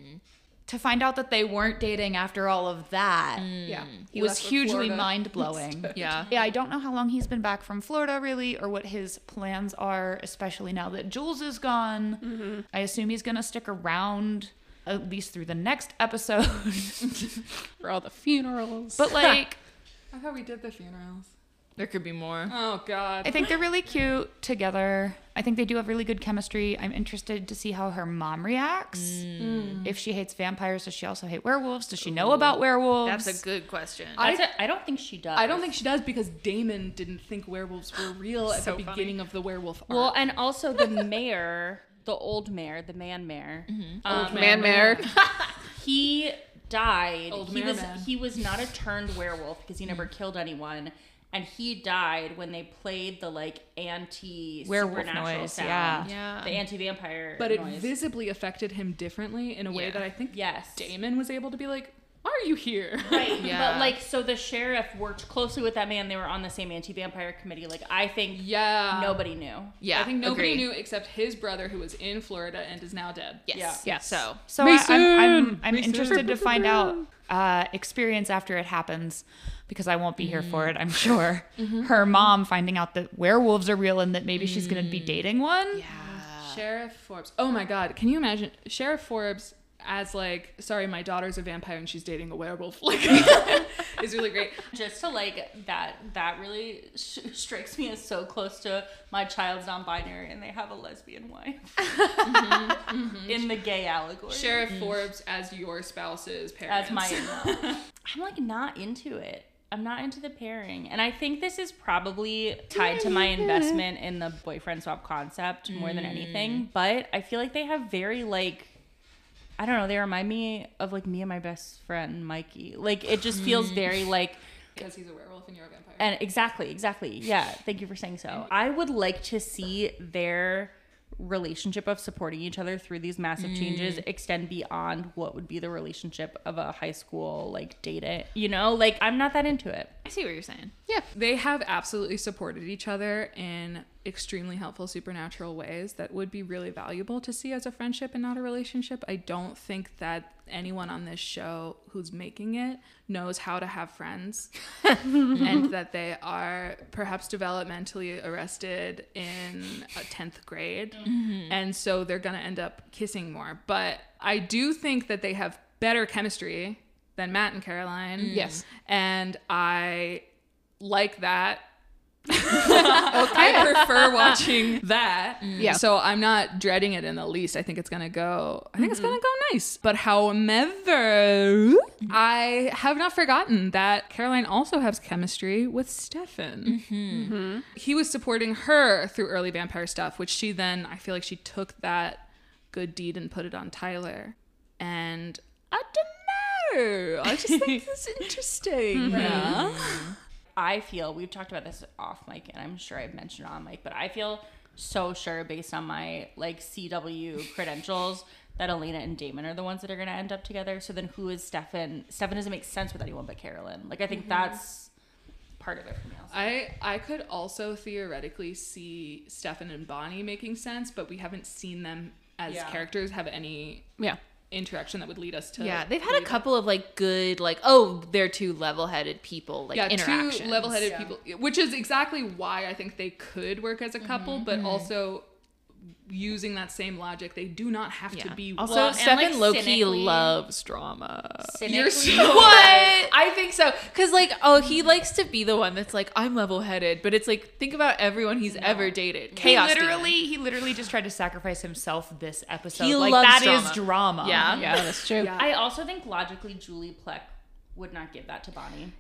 Speaker 5: To find out that they weren't dating after all of that
Speaker 1: Hmm. Mm.
Speaker 6: Yeah,
Speaker 5: it was hugely mind blowing.
Speaker 3: Yeah.
Speaker 5: Yeah, I don't know how long he's been back from Florida, really, or what his plans are, especially now that Jules is gone. I assume he's going to stick around at least through the next episode. <laughs>
Speaker 1: For all the funerals. Mm.
Speaker 5: but, like,
Speaker 6: I thought we did the funerals.
Speaker 3: There could be more.
Speaker 6: Oh God.
Speaker 5: I think they're really cute together. I think they do have really good chemistry. I'm interested to see how her mom reacts.
Speaker 3: Mm.
Speaker 5: If she hates vampires, does she also hate werewolves? Does she know about werewolves?
Speaker 3: That's a good question.
Speaker 6: I-
Speaker 4: That's a, I don't think she does.
Speaker 6: I don't think she does because Damon didn't think werewolves were real at the beginning of the werewolf arc.
Speaker 4: Well, and also the mayor, the old mayor, the man mayor. um,
Speaker 1: man, Mare.
Speaker 4: <laughs> he died.
Speaker 6: Old
Speaker 4: he
Speaker 6: Mare
Speaker 4: was
Speaker 6: Man.
Speaker 4: he was not a turned werewolf because he never killed anyone, and he died when they played the like anti
Speaker 5: Werewolf
Speaker 4: supernatural
Speaker 5: noise,
Speaker 4: sound,
Speaker 5: yeah.
Speaker 3: Yeah.
Speaker 4: the anti vampire.
Speaker 6: but it
Speaker 4: noise.
Speaker 6: visibly affected him differently in a way
Speaker 3: Yeah.
Speaker 6: that I think
Speaker 4: yes,
Speaker 6: Damon was able to be like, "Are you here?"
Speaker 4: Right,
Speaker 3: Yeah.
Speaker 4: but like, so the sheriff worked closely with that man. They were on the same anti-vampire committee. Like, I think
Speaker 6: Yeah.
Speaker 4: nobody knew.
Speaker 3: yeah,
Speaker 6: I think nobody
Speaker 3: agree.
Speaker 6: knew except his brother, who was in Florida and is now dead.
Speaker 3: Yes.
Speaker 6: Yeah.
Speaker 3: Yes. So
Speaker 5: So I, I'm, I'm, I'm interested to find out uh, experience after it happens because I won't be here for it, I'm
Speaker 3: Mm.
Speaker 5: sure.
Speaker 3: Mm-hmm.
Speaker 5: Her mom finding out that werewolves are real and that maybe she's going to
Speaker 3: Mm.
Speaker 5: be dating one.
Speaker 4: Uh,
Speaker 6: Sheriff Forbes. Oh my God! Can you imagine Sheriff Forbes as like, "Sorry, my daughter's a vampire and she's dating a werewolf." <laughs> Like, is really
Speaker 4: <laughs>
Speaker 6: great.
Speaker 4: Just to like that, that really sh- strikes me as so close to my child's non-binary, and they have a lesbian <laughs> wife Mm-hmm, in the gay allegory.
Speaker 6: Sheriff Forbes as your spouse's parents.
Speaker 4: Mm. As my in-law. <laughs> I'm like not into it. I'm not into the pairing. And I think this is probably tied to my investment in the boyfriend swap concept more than anything. But I feel like they have very like I don't know, they remind me of like me and my best friend Mikey. Like it just feels very like
Speaker 6: because he's a werewolf and you're a vampire.
Speaker 4: and exactly, exactly. Yeah, thank you for saying so. I would like to see their relationship of supporting each other through these massive changes extend beyond what would be the relationship of a high school like date it you know like i'm not that into it
Speaker 3: I see what you're saying.
Speaker 6: Yeah. They have absolutely supported each other in extremely helpful supernatural ways that would be really valuable to see as a friendship and not a relationship. I don't think that anyone on this show who's making it knows how to have friends and that they are perhaps developmentally arrested in uh, 10th grade. And so they're going to end up kissing more. But I do think that they have better chemistry than Matt and Caroline.
Speaker 1: Yes.
Speaker 6: And I like that. <laughs> I prefer watching that.
Speaker 1: Yeah.
Speaker 6: So I'm not dreading it in the least. I think it's gonna go. I think it's gonna go nice. But however, I have not forgotten that Caroline also has chemistry with Stefan. He was supporting her through early vampire stuff, which she then I feel like she took that good deed and put it on Tyler. And I don't know. I just think this is interesting. Yeah.
Speaker 4: I feel we've talked about this off mic, and I'm sure I've mentioned it on mic, but I feel so sure based on my like CW credentials that Elena and Damon are the ones that are going to end up together. So then, who is Stefan? Stefan doesn't make sense with anyone but Carolyn. Like I
Speaker 6: Mm-hmm.
Speaker 4: think that's part of it for me. Also.
Speaker 6: I I could also theoretically see Stefan and Bonnie making sense, but we haven't seen them as
Speaker 4: Yeah.
Speaker 6: characters have any
Speaker 1: Yeah.
Speaker 6: interaction that would lead us to
Speaker 3: Yeah, they've had a couple of like good, like oh, they're two level-headed people, like
Speaker 6: yeah,
Speaker 3: interactions.
Speaker 6: two level-headed people, which is exactly why I think they could work as a couple, but
Speaker 3: Mm-hmm.
Speaker 6: also using that same logic, they do not have to
Speaker 3: Yeah.
Speaker 6: be
Speaker 3: Also,
Speaker 6: one.
Speaker 3: Stefan
Speaker 4: like,
Speaker 3: Loki
Speaker 4: cynically-
Speaker 3: loves drama.
Speaker 6: You're
Speaker 4: Cynically-
Speaker 3: <laughs>
Speaker 6: so- <laughs>
Speaker 3: What? I think so. Cause like, oh, he likes to be the one that's like, I'm level-headed, but it's like, think about everyone he's ever dated. Chaos.
Speaker 2: he
Speaker 3: demon.
Speaker 2: literally, he literally just tried to sacrifice himself this episode.
Speaker 3: He
Speaker 2: like
Speaker 3: loves
Speaker 2: that is
Speaker 3: drama.
Speaker 2: drama.
Speaker 3: Yeah. yeah.
Speaker 1: Yeah, that's true.
Speaker 4: I also think logically, Julie Pleck would not give that to Bonnie,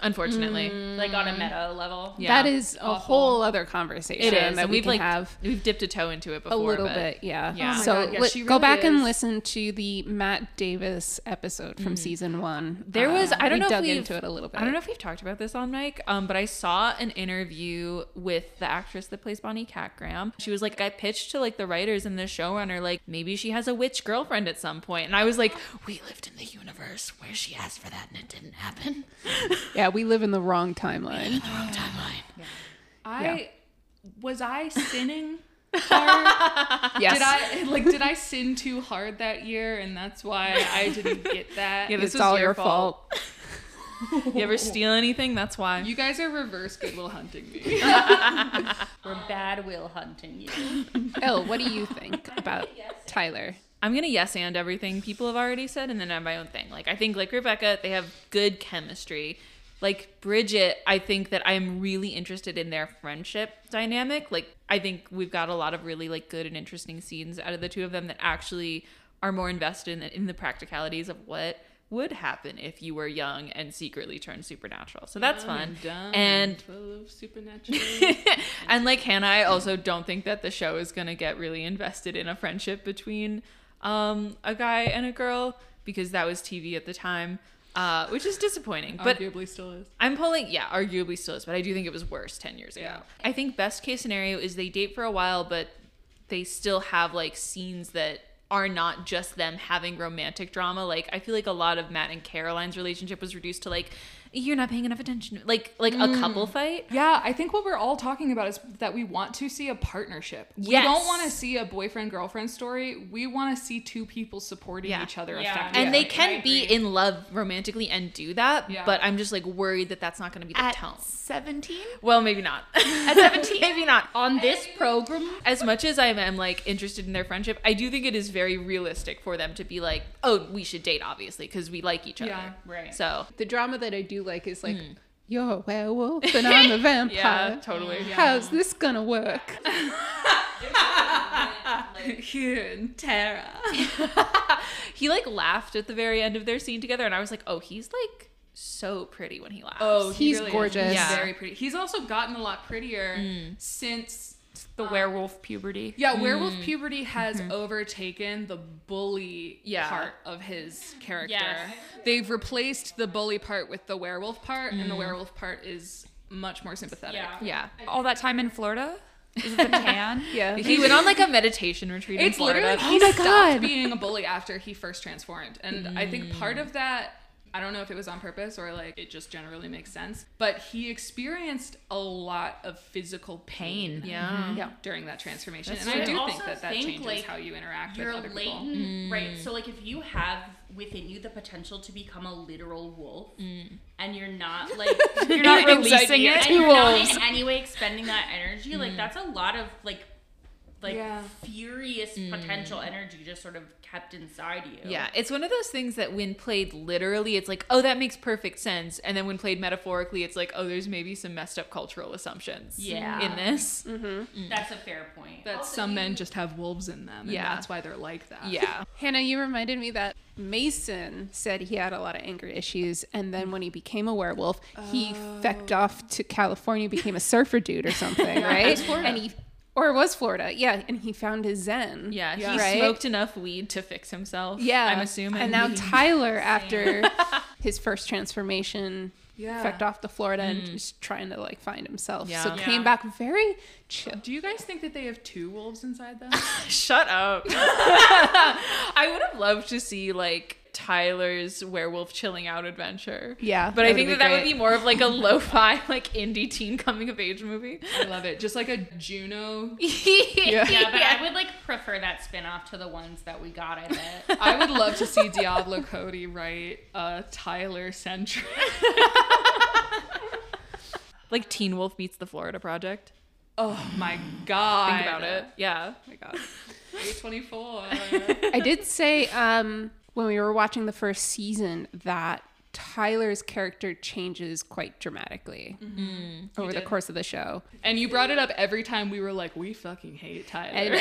Speaker 3: Unfortunately,
Speaker 4: like on a meta level.
Speaker 3: Yeah.
Speaker 1: That is a whole other conversation
Speaker 3: it is.
Speaker 1: that
Speaker 3: And
Speaker 1: we
Speaker 3: we've
Speaker 1: can
Speaker 3: like
Speaker 1: have
Speaker 3: we've dipped a toe into it
Speaker 1: a
Speaker 3: before
Speaker 1: little
Speaker 3: but-
Speaker 1: bit. Yeah.
Speaker 3: Yeah. Oh my
Speaker 1: so
Speaker 6: God, yeah,
Speaker 1: li-
Speaker 6: she
Speaker 1: go
Speaker 6: really
Speaker 1: back and
Speaker 6: is.
Speaker 1: listen to the Matt Davis episode from season one.
Speaker 3: Mm.
Speaker 1: Uh,
Speaker 3: There was- I don't
Speaker 1: we
Speaker 3: know if
Speaker 1: Ah, dug
Speaker 3: we've-
Speaker 1: into it a little bit.
Speaker 3: I don't know if we've talked about this on mic, um, but I saw an interview with the actress that plays Bonnie Catgram. She was like, I pitched to like the writers and the showrunner, like maybe she has a witch girlfriend at some point, and I was like, we lived in the universe where she asked for that and it didn't happen.
Speaker 1: Yeah, we live in the wrong timeline.
Speaker 3: Wrong timeline.
Speaker 6: I
Speaker 3: <laughs>
Speaker 6: was I sinning hard?
Speaker 1: Yes.
Speaker 6: Did I <laughs> like? Did I sin too hard that year, and that's why I didn't
Speaker 3: <laughs>
Speaker 6: get that?
Speaker 3: Yeah, this
Speaker 1: it's
Speaker 3: was
Speaker 1: all
Speaker 3: your
Speaker 1: your fault.
Speaker 3: You ever steal anything? That's why.
Speaker 6: You guys are reverse Goodwill Hunting me.
Speaker 4: We're bad will hunting you.
Speaker 1: Elle, what do
Speaker 3: <laughs>
Speaker 1: you think about Tyler?
Speaker 3: I'm gonna yes and everything people have already said, and then have my own thing. Like I think like Rebecca, they have good chemistry. Like Bridget, I think that I'm really interested in their friendship dynamic. Like I think we've got a lot of really like good and interesting scenes out of the two of them that actually are more invested in the, in the practicalities of what would happen if you were young and secretly turned supernatural. So that's fun. And
Speaker 6: full of supernatural.
Speaker 3: and like Hannah, I also don't think that the show is gonna get really invested in a friendship between um, a guy and a girl because that was TV at the time, uh, which is disappointing. But
Speaker 6: Arguably still is.
Speaker 3: I'm pulling, yeah, arguably still is, but I do think it was worse ten years ago. I think best case scenario is they date for a while, but they still have like scenes that are not just them having romantic drama. Like I feel like a lot of Matt and Caroline's relationship was reduced to like you're not paying enough attention, like like a couple fight.
Speaker 6: Yeah, I think what we're all talking about is that we want to see a partnership.
Speaker 3: Yes.
Speaker 6: We don't want to see a boyfriend girlfriend story. We want to see two people supporting
Speaker 3: Yeah.
Speaker 6: each other
Speaker 4: Yeah.
Speaker 6: effectively.
Speaker 3: and they
Speaker 4: I
Speaker 3: can be
Speaker 4: agree.
Speaker 3: in love romantically and do that
Speaker 6: Yeah.
Speaker 3: but i'm just like worried that that's not going to be the tone
Speaker 2: 17?
Speaker 3: well maybe not <laughs> at 17 maybe not
Speaker 4: On this program,
Speaker 3: as much as i am like interested in their friendship i do think it is very realistic for them to be like oh we should date obviously because we like each other
Speaker 6: Yeah,
Speaker 4: right.
Speaker 3: so
Speaker 1: The drama that I do like is like, you're a werewolf and I'm a vampire.
Speaker 3: Hmm. <laughs> yeah uh, totally
Speaker 1: How's this gonna work?
Speaker 3: <laughs>
Speaker 6: Here and Tara.
Speaker 3: he like laughed at the very end of their scene together and i was like oh he's like so pretty when he laughs
Speaker 6: Oh, he
Speaker 1: He's
Speaker 6: is.
Speaker 1: gorgeous.
Speaker 6: He's
Speaker 3: Yeah. Mm.
Speaker 6: very pretty. He's also gotten a lot prettier since
Speaker 3: uh,
Speaker 2: The werewolf puberty.
Speaker 6: Yeah, werewolf puberty has overtaken the bully
Speaker 3: Mm-hmm. Yeah.
Speaker 6: part of his character.
Speaker 4: Yes.
Speaker 6: They've replaced the bully part with the
Speaker 3: Mm.
Speaker 6: werewolf part, and the werewolf part is much more sympathetic.
Speaker 4: Yeah.
Speaker 3: yeah
Speaker 2: All that time in Florida?
Speaker 5: Is it the tan?
Speaker 1: Yeah.
Speaker 3: He went on like a meditation retreat.
Speaker 6: It's
Speaker 3: in Florida.
Speaker 6: literally he
Speaker 1: my
Speaker 6: stopped
Speaker 1: God.
Speaker 6: being a bully after he first transformed, and I think part of that. I don't know if it was on purpose or like it just generally makes sense, but he experienced a lot of physical pain,
Speaker 3: Yeah.
Speaker 6: yeah, during that transformation,
Speaker 3: That's
Speaker 6: and
Speaker 3: true.
Speaker 6: I do
Speaker 4: I
Speaker 6: think
Speaker 4: also
Speaker 6: that that
Speaker 4: think,
Speaker 6: changes
Speaker 4: like,
Speaker 6: how you interact with
Speaker 4: You're
Speaker 6: other people.
Speaker 4: latent, right? So like if you have within you the potential to become a literal wolf, and you're not like you're not
Speaker 2: releasing it
Speaker 4: and
Speaker 2: to
Speaker 4: you're not
Speaker 2: wolves.
Speaker 4: in any way expending that energy, like that's a lot of like like
Speaker 6: Yeah.
Speaker 4: furious potential energy just sort of kept inside you.
Speaker 3: Yeah, it's one of those things that when played literally, it's like, oh, that makes perfect sense. And then when played metaphorically, it's like, oh, there's maybe some messed up cultural assumptions
Speaker 4: Yeah.
Speaker 3: in this.
Speaker 4: That's a fair point.
Speaker 6: That some men just have wolves in them, and
Speaker 3: Yeah.
Speaker 6: that's why they're like that.
Speaker 3: Yeah.
Speaker 1: Hannah, you reminded me that Mason said he had a lot of anger issues, and then when he became a werewolf, he fecked off to California, became a surfer dude or something, right? And he, or it was Florida, yeah. And he found his zen.
Speaker 3: Yeah, he
Speaker 1: Right?
Speaker 3: smoked enough weed to fix himself.
Speaker 1: Yeah,
Speaker 3: I'm assuming. <laughs>
Speaker 1: And now Tyler, after his first transformation,
Speaker 6: Yeah.
Speaker 1: fecked off to Florida and is trying to like find himself. So
Speaker 3: Mm. Yeah.
Speaker 1: came back very chill.
Speaker 6: Do you guys think that they have two wolves inside them?
Speaker 3: Shut up. <laughs> I would have loved to see like Tyler's werewolf chilling out adventure.
Speaker 1: Yeah,
Speaker 3: But I think that that would
Speaker 1: great.
Speaker 3: be more of <laughs> like a lo-fi, like indie teen coming of age movie. <laughs>
Speaker 6: I love it. Just like a Juno.
Speaker 3: yeah.
Speaker 4: yeah, but I would like prefer that spin off to the ones that we got in
Speaker 6: <laughs>
Speaker 4: it.
Speaker 6: I would love to see Diablo Cody write a Tyler centric.
Speaker 3: Like Teen Wolf meets the Florida Project. <sighs>
Speaker 6: Oh my god.
Speaker 3: Think about it. Yeah.
Speaker 6: Oh my god. 824.
Speaker 1: I did say um, when we were watching the first season that Tyler's character changes quite dramatically
Speaker 3: Mm-hmm.
Speaker 1: over the course of the show.
Speaker 6: and you brought it up every time we were like, we fucking hate
Speaker 1: And
Speaker 6: Tyler.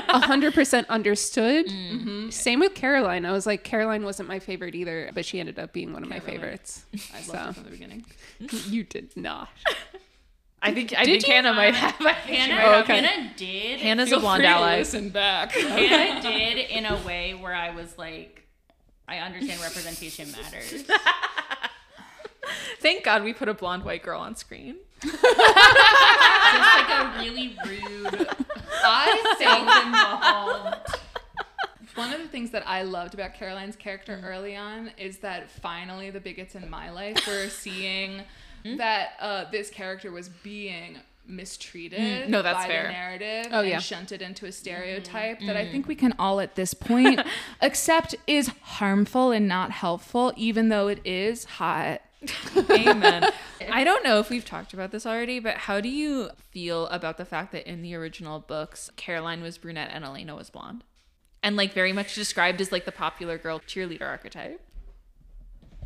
Speaker 1: I 100% understood.
Speaker 3: Mm-hmm.
Speaker 1: Same with Caroline. I was like, Caroline wasn't my favorite either, but she ended up being one of
Speaker 3: <laughs>
Speaker 1: my favorites.
Speaker 6: I loved
Speaker 1: So
Speaker 6: it from the beginning.
Speaker 1: you did not.
Speaker 3: I think I think Hannah might have. <laughs> I think she
Speaker 4: Hannah,
Speaker 3: might have.
Speaker 4: Hannah did
Speaker 3: Hannah's a
Speaker 6: Feel
Speaker 3: blonde
Speaker 6: free to
Speaker 3: ally.
Speaker 6: Listen back.
Speaker 4: Hannah did in a way where I was like, I understand representation matters.
Speaker 3: Thank God we put a blonde white girl on screen.
Speaker 4: just like a really rude,
Speaker 3: <laughs>
Speaker 6: I
Speaker 4: self-involved.
Speaker 6: One of the things that I loved about Caroline's character
Speaker 3: Mm.
Speaker 6: early on is that finally the bigots in my life were seeing
Speaker 3: Hmm?
Speaker 6: that uh, this character was being mistreated
Speaker 3: Mm. No, that's
Speaker 6: by the
Speaker 3: fair. Mm-hmm.
Speaker 6: narrative
Speaker 1: Oh,
Speaker 6: and
Speaker 1: yeah.
Speaker 6: shunted into a stereotype that I think we can all at
Speaker 3: <laughs>
Speaker 6: this point accept is harmful and not helpful, even though it is hot.
Speaker 3: Amen.
Speaker 6: <laughs>
Speaker 3: I don't know if we've talked about this already, but how do you feel about the fact that in the original books, Caroline was brunette and Elena was blonde? And like very much described as like the popular girl cheerleader archetype.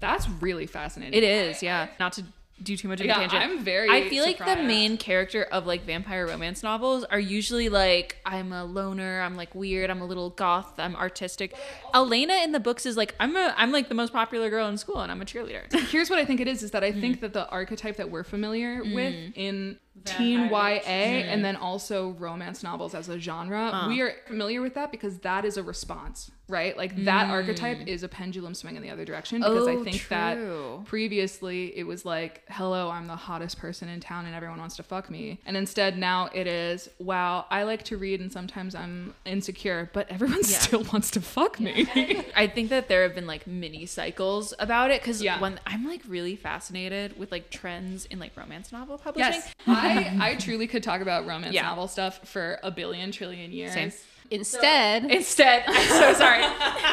Speaker 6: That's really fascinating.
Speaker 3: It is, yeah. Not to do too much of
Speaker 6: Yeah,
Speaker 3: a tangent.
Speaker 6: I'm very
Speaker 3: I feel like the
Speaker 6: surprised.
Speaker 3: main character of like vampire romance novels are usually like I'm a loner, I'm like weird, I'm a little goth, I'm artistic. Elena in the books is like I'm a I'm like the most popular girl in school and I'm a cheerleader.
Speaker 6: <laughs> Here's what I think it is: is that I
Speaker 3: Mm.
Speaker 6: think that the archetype that we're familiar with in teen YA
Speaker 4: Vampires.
Speaker 6: and
Speaker 3: Mm.
Speaker 6: then also romance novels as a genre, we
Speaker 3: Uh.
Speaker 6: are familiar with that because that is a response, right? Like that archetype is a pendulum swing in the other direction because I
Speaker 3: Mm. Oh,
Speaker 6: think that
Speaker 3: true.
Speaker 6: previously it was like, hello, I'm the hottest person in town and everyone wants to fuck me. And instead now it is, wow, I like to read and sometimes I'm insecure, but everyone <laughs> still wants to fuck me.
Speaker 3: I think that there have been like mini cycles about it because
Speaker 6: Yeah.
Speaker 3: when I'm like really fascinated with like trends in like romance novel publishing.
Speaker 6: Yes. I, I truly could talk about romance
Speaker 3: Yeah.
Speaker 6: novel stuff for a billion trillion years.
Speaker 3: Same.
Speaker 1: Instead,
Speaker 3: Instead, <laughs> I'm so sorry.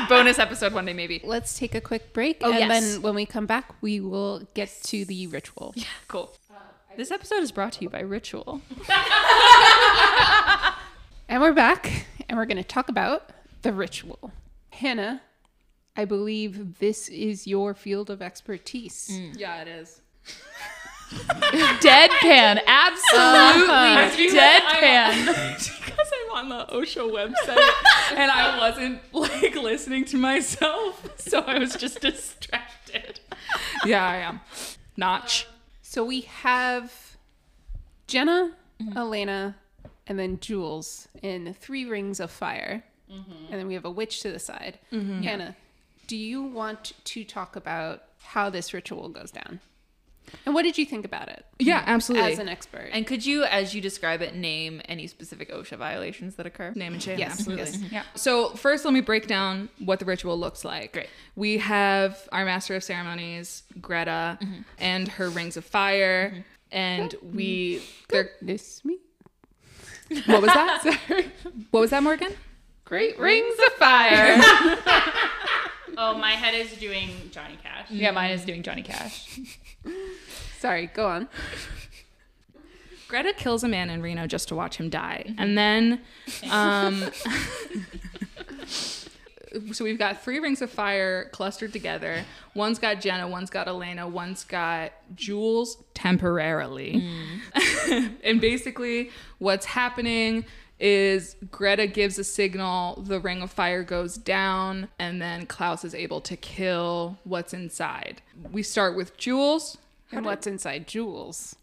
Speaker 3: <laughs> Bonus episode one day maybe.
Speaker 1: let's take a quick break.
Speaker 3: Oh,
Speaker 1: and
Speaker 3: yes.
Speaker 1: then when we come back, we will get to the ritual.
Speaker 3: Cool. This episode is brought to you by Ritual.
Speaker 1: And we're back, and we're going to talk about the ritual. Hannah, I believe this is your field of expertise.
Speaker 6: Yeah, it is.
Speaker 3: <laughs>
Speaker 2: Deadpan, absolutely deadpan.
Speaker 6: Because I'm on the OSHA website and I wasn't like listening to myself. So I was just distracted. Yeah, I am. Notch.
Speaker 1: So we have Jenna, Elena, and then Jules in Three Rings of Fire. And then we have a witch to the side. Hannah, do you want to talk about how this ritual goes down? And what did you think about it
Speaker 3: Mm-hmm.
Speaker 6: Yeah, absolutely.
Speaker 1: as an expert?
Speaker 3: And could you, as you describe it, name any specific OSHA violations that occur?
Speaker 6: Name and shame.
Speaker 1: Yes,
Speaker 6: absolutely.
Speaker 1: yes.
Speaker 5: Yeah.
Speaker 6: So first, let me break down what the ritual looks like.
Speaker 3: Great.
Speaker 6: We have our master of ceremonies, Greta,
Speaker 3: Mm-hmm.
Speaker 6: and her rings of fire, and we. They're,
Speaker 1: This me.
Speaker 6: what
Speaker 3: <laughs>
Speaker 6: was that? What was that, Morgan?
Speaker 3: Great rings of fire.
Speaker 4: Oh, my head is doing Johnny Cash.
Speaker 2: Yeah, mine is doing Johnny Cash.
Speaker 1: Sorry, go on.
Speaker 6: Greta kills a man in Reno just to watch him die, and then, um, <laughs> so we've got three rings of fire clustered together. One's got Jenna, one's got Elena, one's got Jules temporarily. <laughs> and basically, what's happening is Greta gives a signal, the ring of fire goes down, and then Klaus is able to kill what's inside. We start with Jules.
Speaker 1: And what's inside Jules?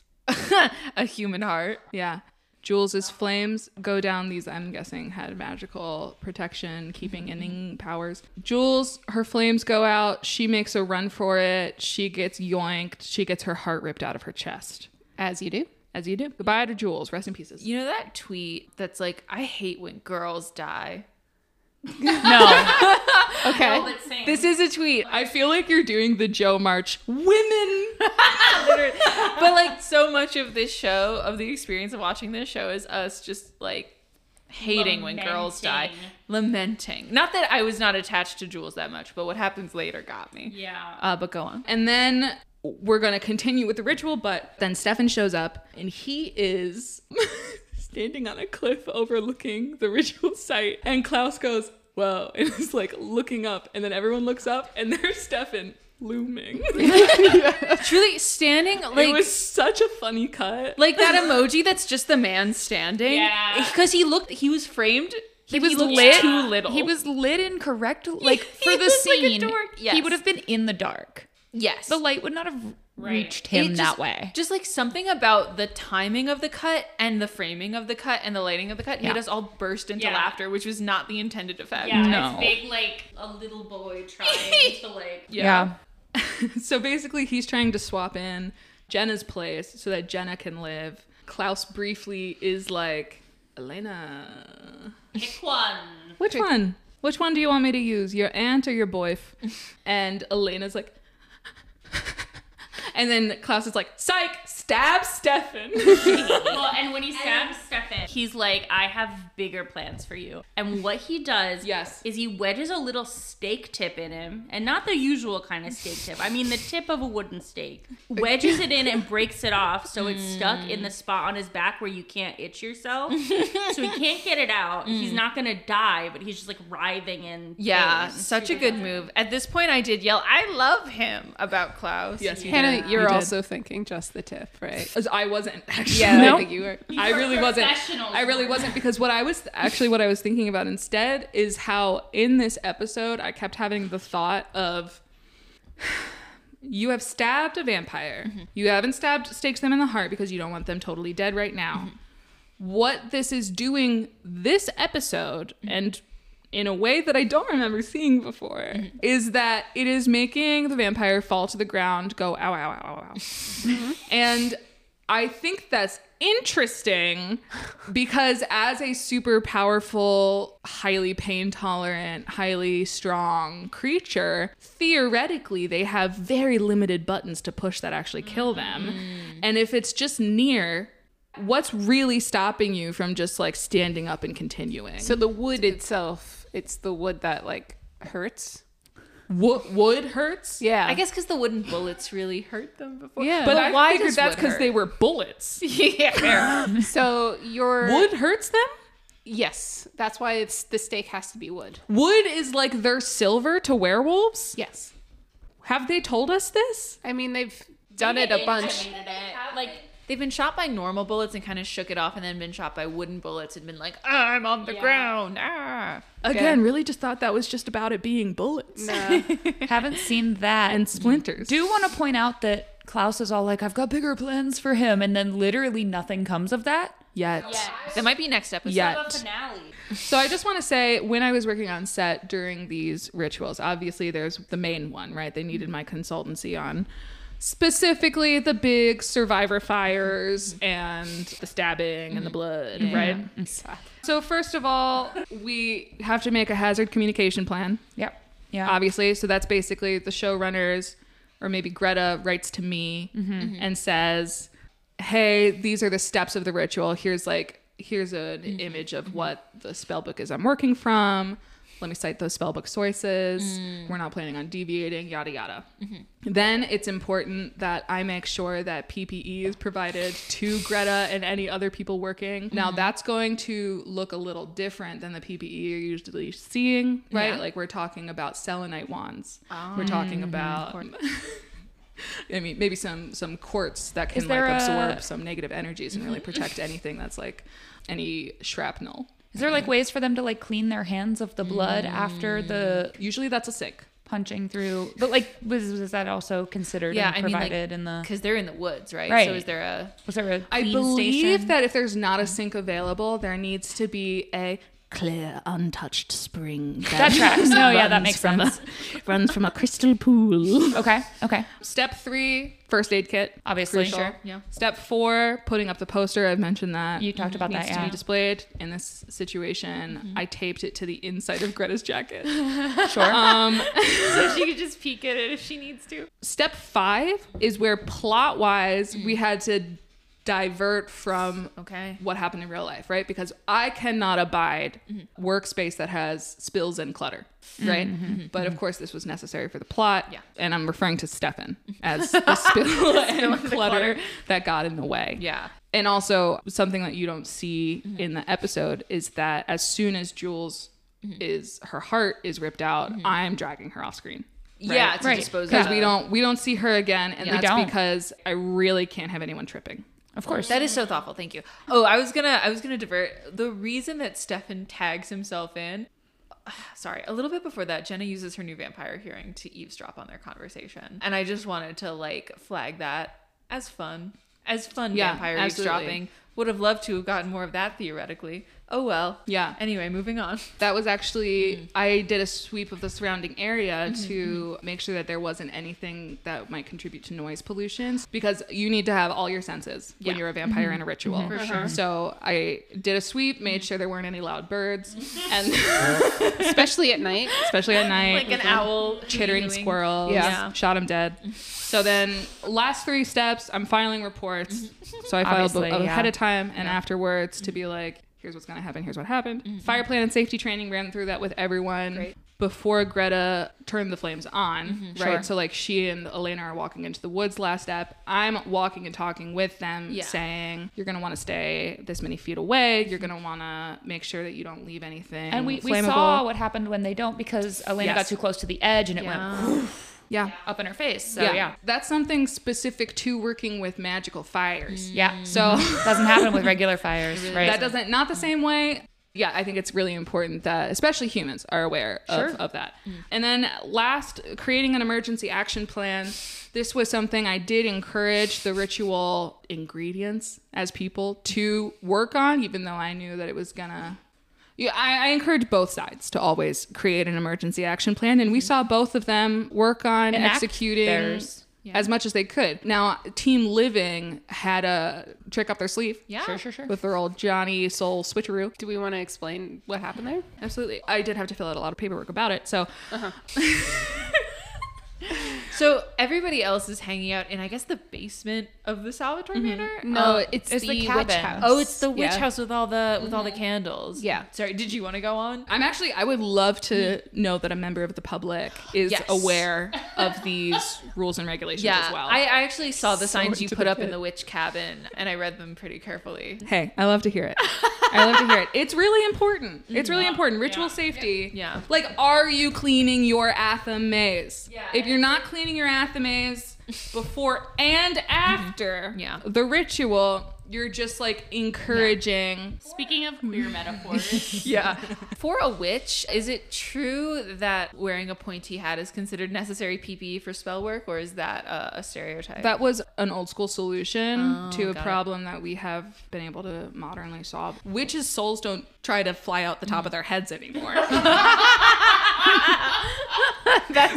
Speaker 3: a human heart.
Speaker 6: Yeah. Jules's flames go down. These, I'm guessing, had magical protection,
Speaker 3: Mm-hmm.
Speaker 6: keeping ending powers. Jules, her flames go out. She makes a run for it. She gets yoinked. She gets her heart ripped out of her chest.
Speaker 1: As you do.
Speaker 6: As you do. Goodbye to Jules. Rest in pieces.
Speaker 3: You know that tweet that's like, I hate when girls die.
Speaker 1: Okay.
Speaker 3: This is a tweet.
Speaker 6: I feel like you're doing the Joe March. Women.
Speaker 3: but like so much of this show, of the experience of watching this show, is us just like hating when girls die,
Speaker 4: Lamenting.
Speaker 3: lamenting. Not that I was not attached to Jules that much, but what happens later got me.
Speaker 4: Yeah.
Speaker 3: Uh, but go on.
Speaker 6: And then we're going to continue with the ritual, but then Stefan shows up and he is <laughs> standing on a cliff overlooking the ritual site. And Klaus goes, Whoa, <laughs> and is like looking up. And then everyone looks up and there's <laughs> Stefan looming. <laughs>
Speaker 3: Truly standing like
Speaker 6: it was such a funny cut.
Speaker 3: like that emoji that's just the man standing.
Speaker 4: Yeah.
Speaker 3: Because he looked, he was framed. He
Speaker 5: was
Speaker 3: looked
Speaker 5: lit.
Speaker 3: too little.
Speaker 5: He was
Speaker 3: <laughs>
Speaker 5: lit incorrectly, like for the
Speaker 3: looked like a
Speaker 5: scene.
Speaker 3: dork.
Speaker 5: He
Speaker 3: Yes.
Speaker 5: would have been in the dark.
Speaker 3: yes.
Speaker 5: The light would not have reached
Speaker 3: It
Speaker 5: him
Speaker 3: just- <laughs>
Speaker 5: that way.
Speaker 3: Just like something about the timing of the cut and the framing of the cut and the lighting of the cut made us all burst into
Speaker 4: Yeah.
Speaker 3: laughter, which was not the intended effect.
Speaker 4: Yeah,
Speaker 5: No.
Speaker 4: it's big like a little boy trying to like.
Speaker 6: <laughs>
Speaker 5: Yeah.
Speaker 6: So basically, he's trying to swap in Jenna's place so that Jenna can live. Klaus briefly is like, Elena,
Speaker 4: Pick one.
Speaker 6: which one? Which one do you want me to use, your aunt or your boyf? And Elena's like, <laughs> and then Klaus is like, psych, stab Stefan. <laughs>
Speaker 4: well, and when he stabs Stefan, he's like, I have bigger plans for you. And what he does
Speaker 6: Yes.
Speaker 4: is he wedges a little steak tip in him, and not the usual kind of steak tip. I mean, the tip of a wooden steak. Wedges it in and breaks it off, so it's stuck in the spot on his back where you can't itch yourself. so he can't get
Speaker 3: <laughs>
Speaker 4: it out.
Speaker 3: Mm.
Speaker 4: He's not going to die, but he's just like writhing in.
Speaker 3: Yeah,
Speaker 4: pain.
Speaker 3: such a good move. At this point, I did yell, I love him about Klaus.
Speaker 6: yes, he
Speaker 1: Hannah,
Speaker 6: did. He
Speaker 1: you're
Speaker 6: did.
Speaker 1: also thinking just the tip,
Speaker 6: <laughs>
Speaker 1: right?
Speaker 6: As I wasn't actually.
Speaker 1: I think you were.
Speaker 6: I really wasn't.
Speaker 4: professionals
Speaker 6: I really
Speaker 4: were.
Speaker 6: wasn't because what I was actually what I was thinking about instead is how in this episode I kept having the thought of <sighs> you have stabbed a vampire.
Speaker 1: Mm-hmm.
Speaker 6: You haven't stabbed stakes them in the heart because you don't want them totally dead right now.
Speaker 1: Mm-hmm.
Speaker 6: What this is doing this episode
Speaker 1: Mm-hmm.
Speaker 6: and in a way that I don't remember seeing before
Speaker 1: Mm-hmm.
Speaker 6: is that it is making the vampire fall to the ground, go ow ow ow ow ow. And I think that's interesting because as a super powerful, highly pain tolerant, highly strong creature, theoretically they have very limited buttons to push that actually kill them. And if it's just near, what's really stopping you from just like standing up and continuing?
Speaker 1: So the wood itself, it's the wood that like hurts.
Speaker 6: Wo- wood hurts?
Speaker 1: Yeah.
Speaker 3: I guess because the wooden bullets really hurt them before.
Speaker 1: Yeah.
Speaker 6: But
Speaker 1: Well,
Speaker 6: I
Speaker 3: why
Speaker 6: figured
Speaker 3: does
Speaker 6: that's
Speaker 3: wood
Speaker 6: because
Speaker 3: hurt?
Speaker 6: they were bullets.
Speaker 3: yeah.
Speaker 1: so your
Speaker 6: Wood hurts them?
Speaker 1: Yes. That's why it's the steak has to be wood.
Speaker 6: Wood is like their silver to werewolves?
Speaker 1: Yes.
Speaker 6: Have they told us this?
Speaker 1: I mean they've done it a bunch.
Speaker 4: Like,
Speaker 3: They've been shot by normal bullets and kind of shook it off, and then been shot by wooden bullets and been like, ah, I'm on the ground. Ah.
Speaker 6: Again, really just thought that was just about it being bullets
Speaker 1: No.
Speaker 5: Haven't seen that.
Speaker 6: and splinters.
Speaker 5: do want to point out that Klaus is all like, I've got bigger plans for him. And then literally nothing comes of that.
Speaker 6: yet.
Speaker 3: That might be next episode.
Speaker 6: Yet.
Speaker 4: finale.
Speaker 6: So I just want to say when I was working on set during these rituals, obviously there's the main one, right? They needed my consultancy on specifically the big survivor fires and the stabbing and the blood, right? So first of all, we have to make a hazard communication plan
Speaker 5: Yep. Yeah.
Speaker 6: obviously. So that's basically the showrunners, or maybe Greta writes to me and says, "Hey, these are the steps of the ritual. Here's like here's an image of what the spell book is I'm working from. Let me cite those spell book sources. We're not planning on deviating. Yada yada." Then it's important that I make sure that PPE is provided to Greta and any other people working. Now that's going to look a little different than the PPE you're usually seeing, right? Like we're talking about selenite wands. we're talking about <laughs> I mean maybe some some quartz that can like
Speaker 8: there a-
Speaker 6: absorb some negative energies and really protect anything that's like any shrapnel.
Speaker 5: Is there like ways for them to like clean their hands of the blood after the
Speaker 6: Usually that's a sink.
Speaker 3: Mm.
Speaker 5: punching through? But like, was, was that also considered
Speaker 3: Yeah,
Speaker 5: and
Speaker 3: I mean, like,
Speaker 5: provided in the?
Speaker 3: because they're in the woods, right?
Speaker 5: Right.
Speaker 3: So is there a
Speaker 5: Was there a?
Speaker 6: I
Speaker 3: clean
Speaker 6: believe
Speaker 3: station?
Speaker 6: that if there's not a sink available, there needs to be a
Speaker 9: clear, untouched spring
Speaker 3: <laughs>
Speaker 5: that tracks. No, Oh, yeah,
Speaker 9: <laughs>
Speaker 5: that
Speaker 9: runs
Speaker 5: makes
Speaker 9: from a-
Speaker 5: sense.
Speaker 9: <laughs> runs from a crystal pool.
Speaker 5: Okay. Okay.
Speaker 6: Step three, first aid kit.
Speaker 5: Obviously.
Speaker 6: Crucial.
Speaker 5: Sure,
Speaker 3: yeah.
Speaker 6: Step four, putting up the poster. I've mentioned that.
Speaker 5: You talked about
Speaker 6: Needs
Speaker 5: that,
Speaker 6: to
Speaker 5: yeah. Mm-hmm.
Speaker 6: be displayed in this situation. I taped it to the inside of Greta's jacket.
Speaker 5: <laughs> Sure.
Speaker 6: Um,
Speaker 3: so <laughs> she could just peek at it if she needs to.
Speaker 6: step five is where plot wise
Speaker 5: Mm.
Speaker 6: we had to divert from
Speaker 3: Okay.
Speaker 6: what happened in real life, right? Because I cannot abide workspace that has spills and clutter, right? But of course, this was necessary for the plot.
Speaker 3: Yeah.
Speaker 6: And I'm referring to Stefan as the spill and
Speaker 3: the
Speaker 6: clutter
Speaker 3: clutter.
Speaker 6: that got in the way.
Speaker 3: Yeah.
Speaker 6: And also, something that you don't see in the episode is that as soon as Jules is her heart is ripped out, I'm dragging her off screen
Speaker 3: Yeah, to
Speaker 5: Right.
Speaker 3: dispose
Speaker 6: because
Speaker 3: of.
Speaker 6: we don't we don't see her again, and
Speaker 5: We
Speaker 6: that's
Speaker 5: don't.
Speaker 6: because I really can't have anyone tripping.
Speaker 5: of course.
Speaker 3: That is so thoughtful. Thank you. Oh, I was gonna I was gonna divert the reason that Stefan tags himself in. <sighs> Sorry, a little bit before that, Jenna uses her new vampire hearing to eavesdrop on their conversation, and I just wanted to like flag that as fun, as fun
Speaker 6: Yeah,
Speaker 3: vampire
Speaker 6: absolutely.
Speaker 3: eavesdropping. Would have loved to have gotten more of that theoretically. Oh well.
Speaker 6: Yeah.
Speaker 3: Anyway, moving on.
Speaker 6: That was actually I did a sweep of the surrounding area to make sure that there wasn't anything that might contribute to noise pollution because you need to have all your senses when
Speaker 3: Yeah.
Speaker 6: you're a vampire in a ritual. For sure. So I did a sweep, made sure there weren't any loud birds, and <laughs>
Speaker 1: especially at night.
Speaker 6: especially at night,
Speaker 3: Like an owl
Speaker 6: chittering
Speaker 3: meowing.
Speaker 6: squirrels.
Speaker 3: Yeah.
Speaker 6: Shot him dead. So then, last three steps, I'm filing reports. So I filed
Speaker 5: Obviously,
Speaker 6: bo-
Speaker 5: yeah. Mm-hmm.
Speaker 6: ahead of time and afterwards to be like, here's what's going to happen, here's what happened. Fire plan and safety training ran through that with everyone. Before Greta turned the flames on,
Speaker 5: Mm-hmm.
Speaker 6: right? So, like, she and Elena are walking into the woods last step. I'm walking and talking with them,
Speaker 3: Yeah.
Speaker 6: saying, You're gonna wanna stay this many feet away. You're gonna wanna make sure that you don't leave anything.
Speaker 5: Mm-hmm. and we, we
Speaker 6: flammable."
Speaker 5: saw what happened when they don't because Elena got
Speaker 6: Yes.
Speaker 5: too close to the edge and it went
Speaker 6: Yeah.
Speaker 5: up in her face. So
Speaker 6: yeah.
Speaker 5: yeah. Yeah.
Speaker 6: That's something specific to working with magical fires. So
Speaker 5: Mm. <laughs> Doesn't happen with regular fires, right?
Speaker 6: that doesn't, not the same way. Yeah, I think it's really important that especially humans are aware of, of that. And then last, creating an emergency action plan. This was something I did encourage the ritual ingredients as people to work on, even though I knew that it was gonna yeah, I, I encourage both sides to always create an emergency action plan, and we saw both of them work on
Speaker 5: Mm-hmm. Enact
Speaker 6: executing
Speaker 5: theirs.
Speaker 6: as much as they could. Now, Team Living had a trick up their sleeve.
Speaker 3: Yeah.
Speaker 5: Sure, sure, sure.
Speaker 6: With their old Johnny Soul switcheroo.
Speaker 1: Do we want to explain what happened there?
Speaker 6: Absolutely. I did have to fill out a lot of paperwork about
Speaker 3: <laughs>
Speaker 6: it. So,
Speaker 3: So everybody else is hanging out in, I guess, the basement of the Salvatore Manor.
Speaker 1: No,
Speaker 3: Uh,
Speaker 1: it's,
Speaker 5: it's the
Speaker 1: the, witch
Speaker 5: cabin.
Speaker 1: house.
Speaker 3: oh, it's the witch
Speaker 1: Yeah.
Speaker 3: house Mm-hmm. with all the with all the candles.
Speaker 1: Yeah.
Speaker 3: Sorry, did you want to go on?
Speaker 6: I'm actually, I would
Speaker 3: <laughs>
Speaker 6: love to know that a member of the public is
Speaker 3: Yes. <laughs>
Speaker 6: aware of these rules and regulations
Speaker 3: Yeah,
Speaker 6: as well.
Speaker 3: I, I actually saw <laughs> the signs you put up in the witch cabin, and I read them pretty carefully.
Speaker 6: Hey, I love to hear it. I love to hear it. It's really important. It's really important. Ritual safety.
Speaker 3: Yeah.
Speaker 6: Like, are you cleaning your athames? Yeah. If you're not cleaning your
Speaker 3: <laughs>
Speaker 6: athames before and after
Speaker 3: Mm-hmm. Yeah.
Speaker 6: the ritual, you're just like encouraging.
Speaker 10: Speaking of queer metaphors,
Speaker 3: <laughs> Yeah. for a witch, is it true that wearing a pointy hat is considered necessary PPE for spell work, or is that uh, a stereotype?
Speaker 6: That was an old school solution to a
Speaker 3: Oh, got it.
Speaker 6: problem that we have been able to modernly solve. Witches' souls don't try to fly out the top of their
Speaker 3: <laughs>
Speaker 6: heads anymore.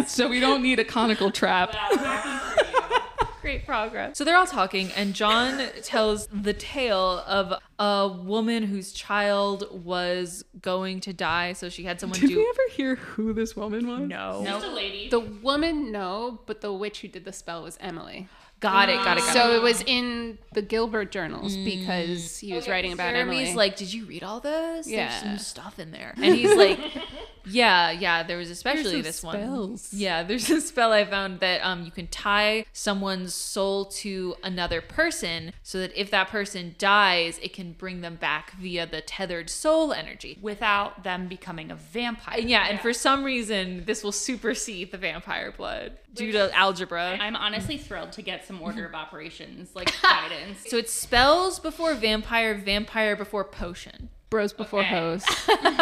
Speaker 6: so we don't need a conical trap.
Speaker 3: Great progress. So they're all talking, and John tells the tale of a woman whose child was going to die, so she had someone
Speaker 6: Did
Speaker 3: do.
Speaker 6: we ever hear who this woman was?
Speaker 3: no.
Speaker 4: Just a lady.
Speaker 1: The woman, no, but the witch who did the spell was Emily.
Speaker 3: Got it. Got it. Got
Speaker 1: So
Speaker 3: it.
Speaker 1: it was in the Gilbert journals because he was writing about
Speaker 3: Jeremy's
Speaker 1: Emily.
Speaker 3: like, did you read all this? There's
Speaker 1: Yeah.
Speaker 3: some stuff in there. And <laughs> he's like, yeah, yeah, there was especially
Speaker 6: some
Speaker 3: this
Speaker 6: spells.
Speaker 3: one. Yeah, <laughs> there's a spell I found that um you can tie someone's soul to another person so that if that person dies, it can bring them back via the tethered soul energy.
Speaker 5: without them becoming a vampire.
Speaker 3: And yeah, and for some reason this will supersede the vampire blood due to algebra.
Speaker 4: I'm honestly thrilled to get some order of operations,
Speaker 3: <laughs>
Speaker 4: like guidance.
Speaker 3: so it's spells before vampire, vampire before potion.
Speaker 1: bros
Speaker 3: <laughs>
Speaker 1: before hoes.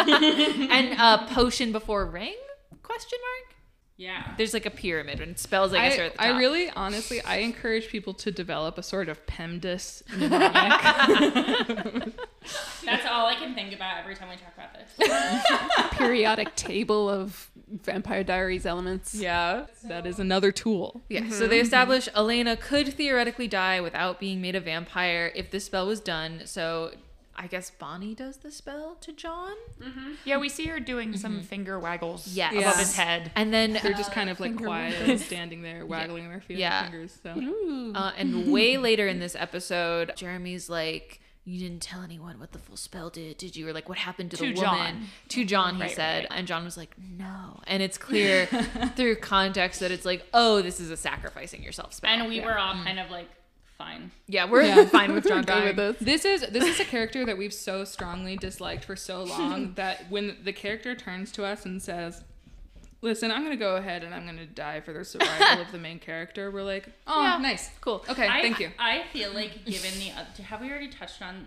Speaker 3: and uh, potion before ring? Question mark.
Speaker 4: yeah.
Speaker 3: There's like a pyramid and spells. I guess are
Speaker 6: I,
Speaker 3: at the
Speaker 6: I
Speaker 3: top.
Speaker 6: really, honestly, I encourage people to develop a sort of PEMDAS mnemonic.
Speaker 4: That's all I can think about every time we talk about this.
Speaker 1: Periodic table of Vampire Diaries elements.
Speaker 3: Yeah.
Speaker 6: that is another tool.
Speaker 3: Yeah. So they establish Elena could theoretically die without being made a vampire if the spell was done. So I guess Bonnie does the spell to John.
Speaker 5: Mm-hmm. Yeah, we see her doing some finger waggles
Speaker 3: Yes.
Speaker 5: above
Speaker 6: Yeah.
Speaker 5: his head.
Speaker 3: And then
Speaker 6: They're just kind of like quiet and standing
Speaker 3: <laughs>
Speaker 6: there, waggling their feet
Speaker 3: Yeah.
Speaker 6: fingers. So.
Speaker 3: Uh, and way later in this episode, Jeremy's like, "You didn't tell anyone what the full spell did, did you?" Or like, "What happened to, the
Speaker 5: To
Speaker 3: woman?"
Speaker 5: John.
Speaker 3: To John, he said, and John was like, "No." And it's clear through context that it's like, "Oh, this is a sacrificing yourself spell."
Speaker 4: And we were all
Speaker 6: Mm.
Speaker 4: kind of like, fine.
Speaker 3: yeah, we're <laughs> fine with
Speaker 6: <laughs>
Speaker 3: John dying.
Speaker 6: This is this is a character that we've so strongly disliked for so long that when the character turns to us and says, "Listen, I'm going to go ahead and I'm going to die for the survival of the main character," we're like, "Oh, nice, cool, okay,
Speaker 4: I,
Speaker 6: thank you."
Speaker 4: I feel like given the oth- have we already touched on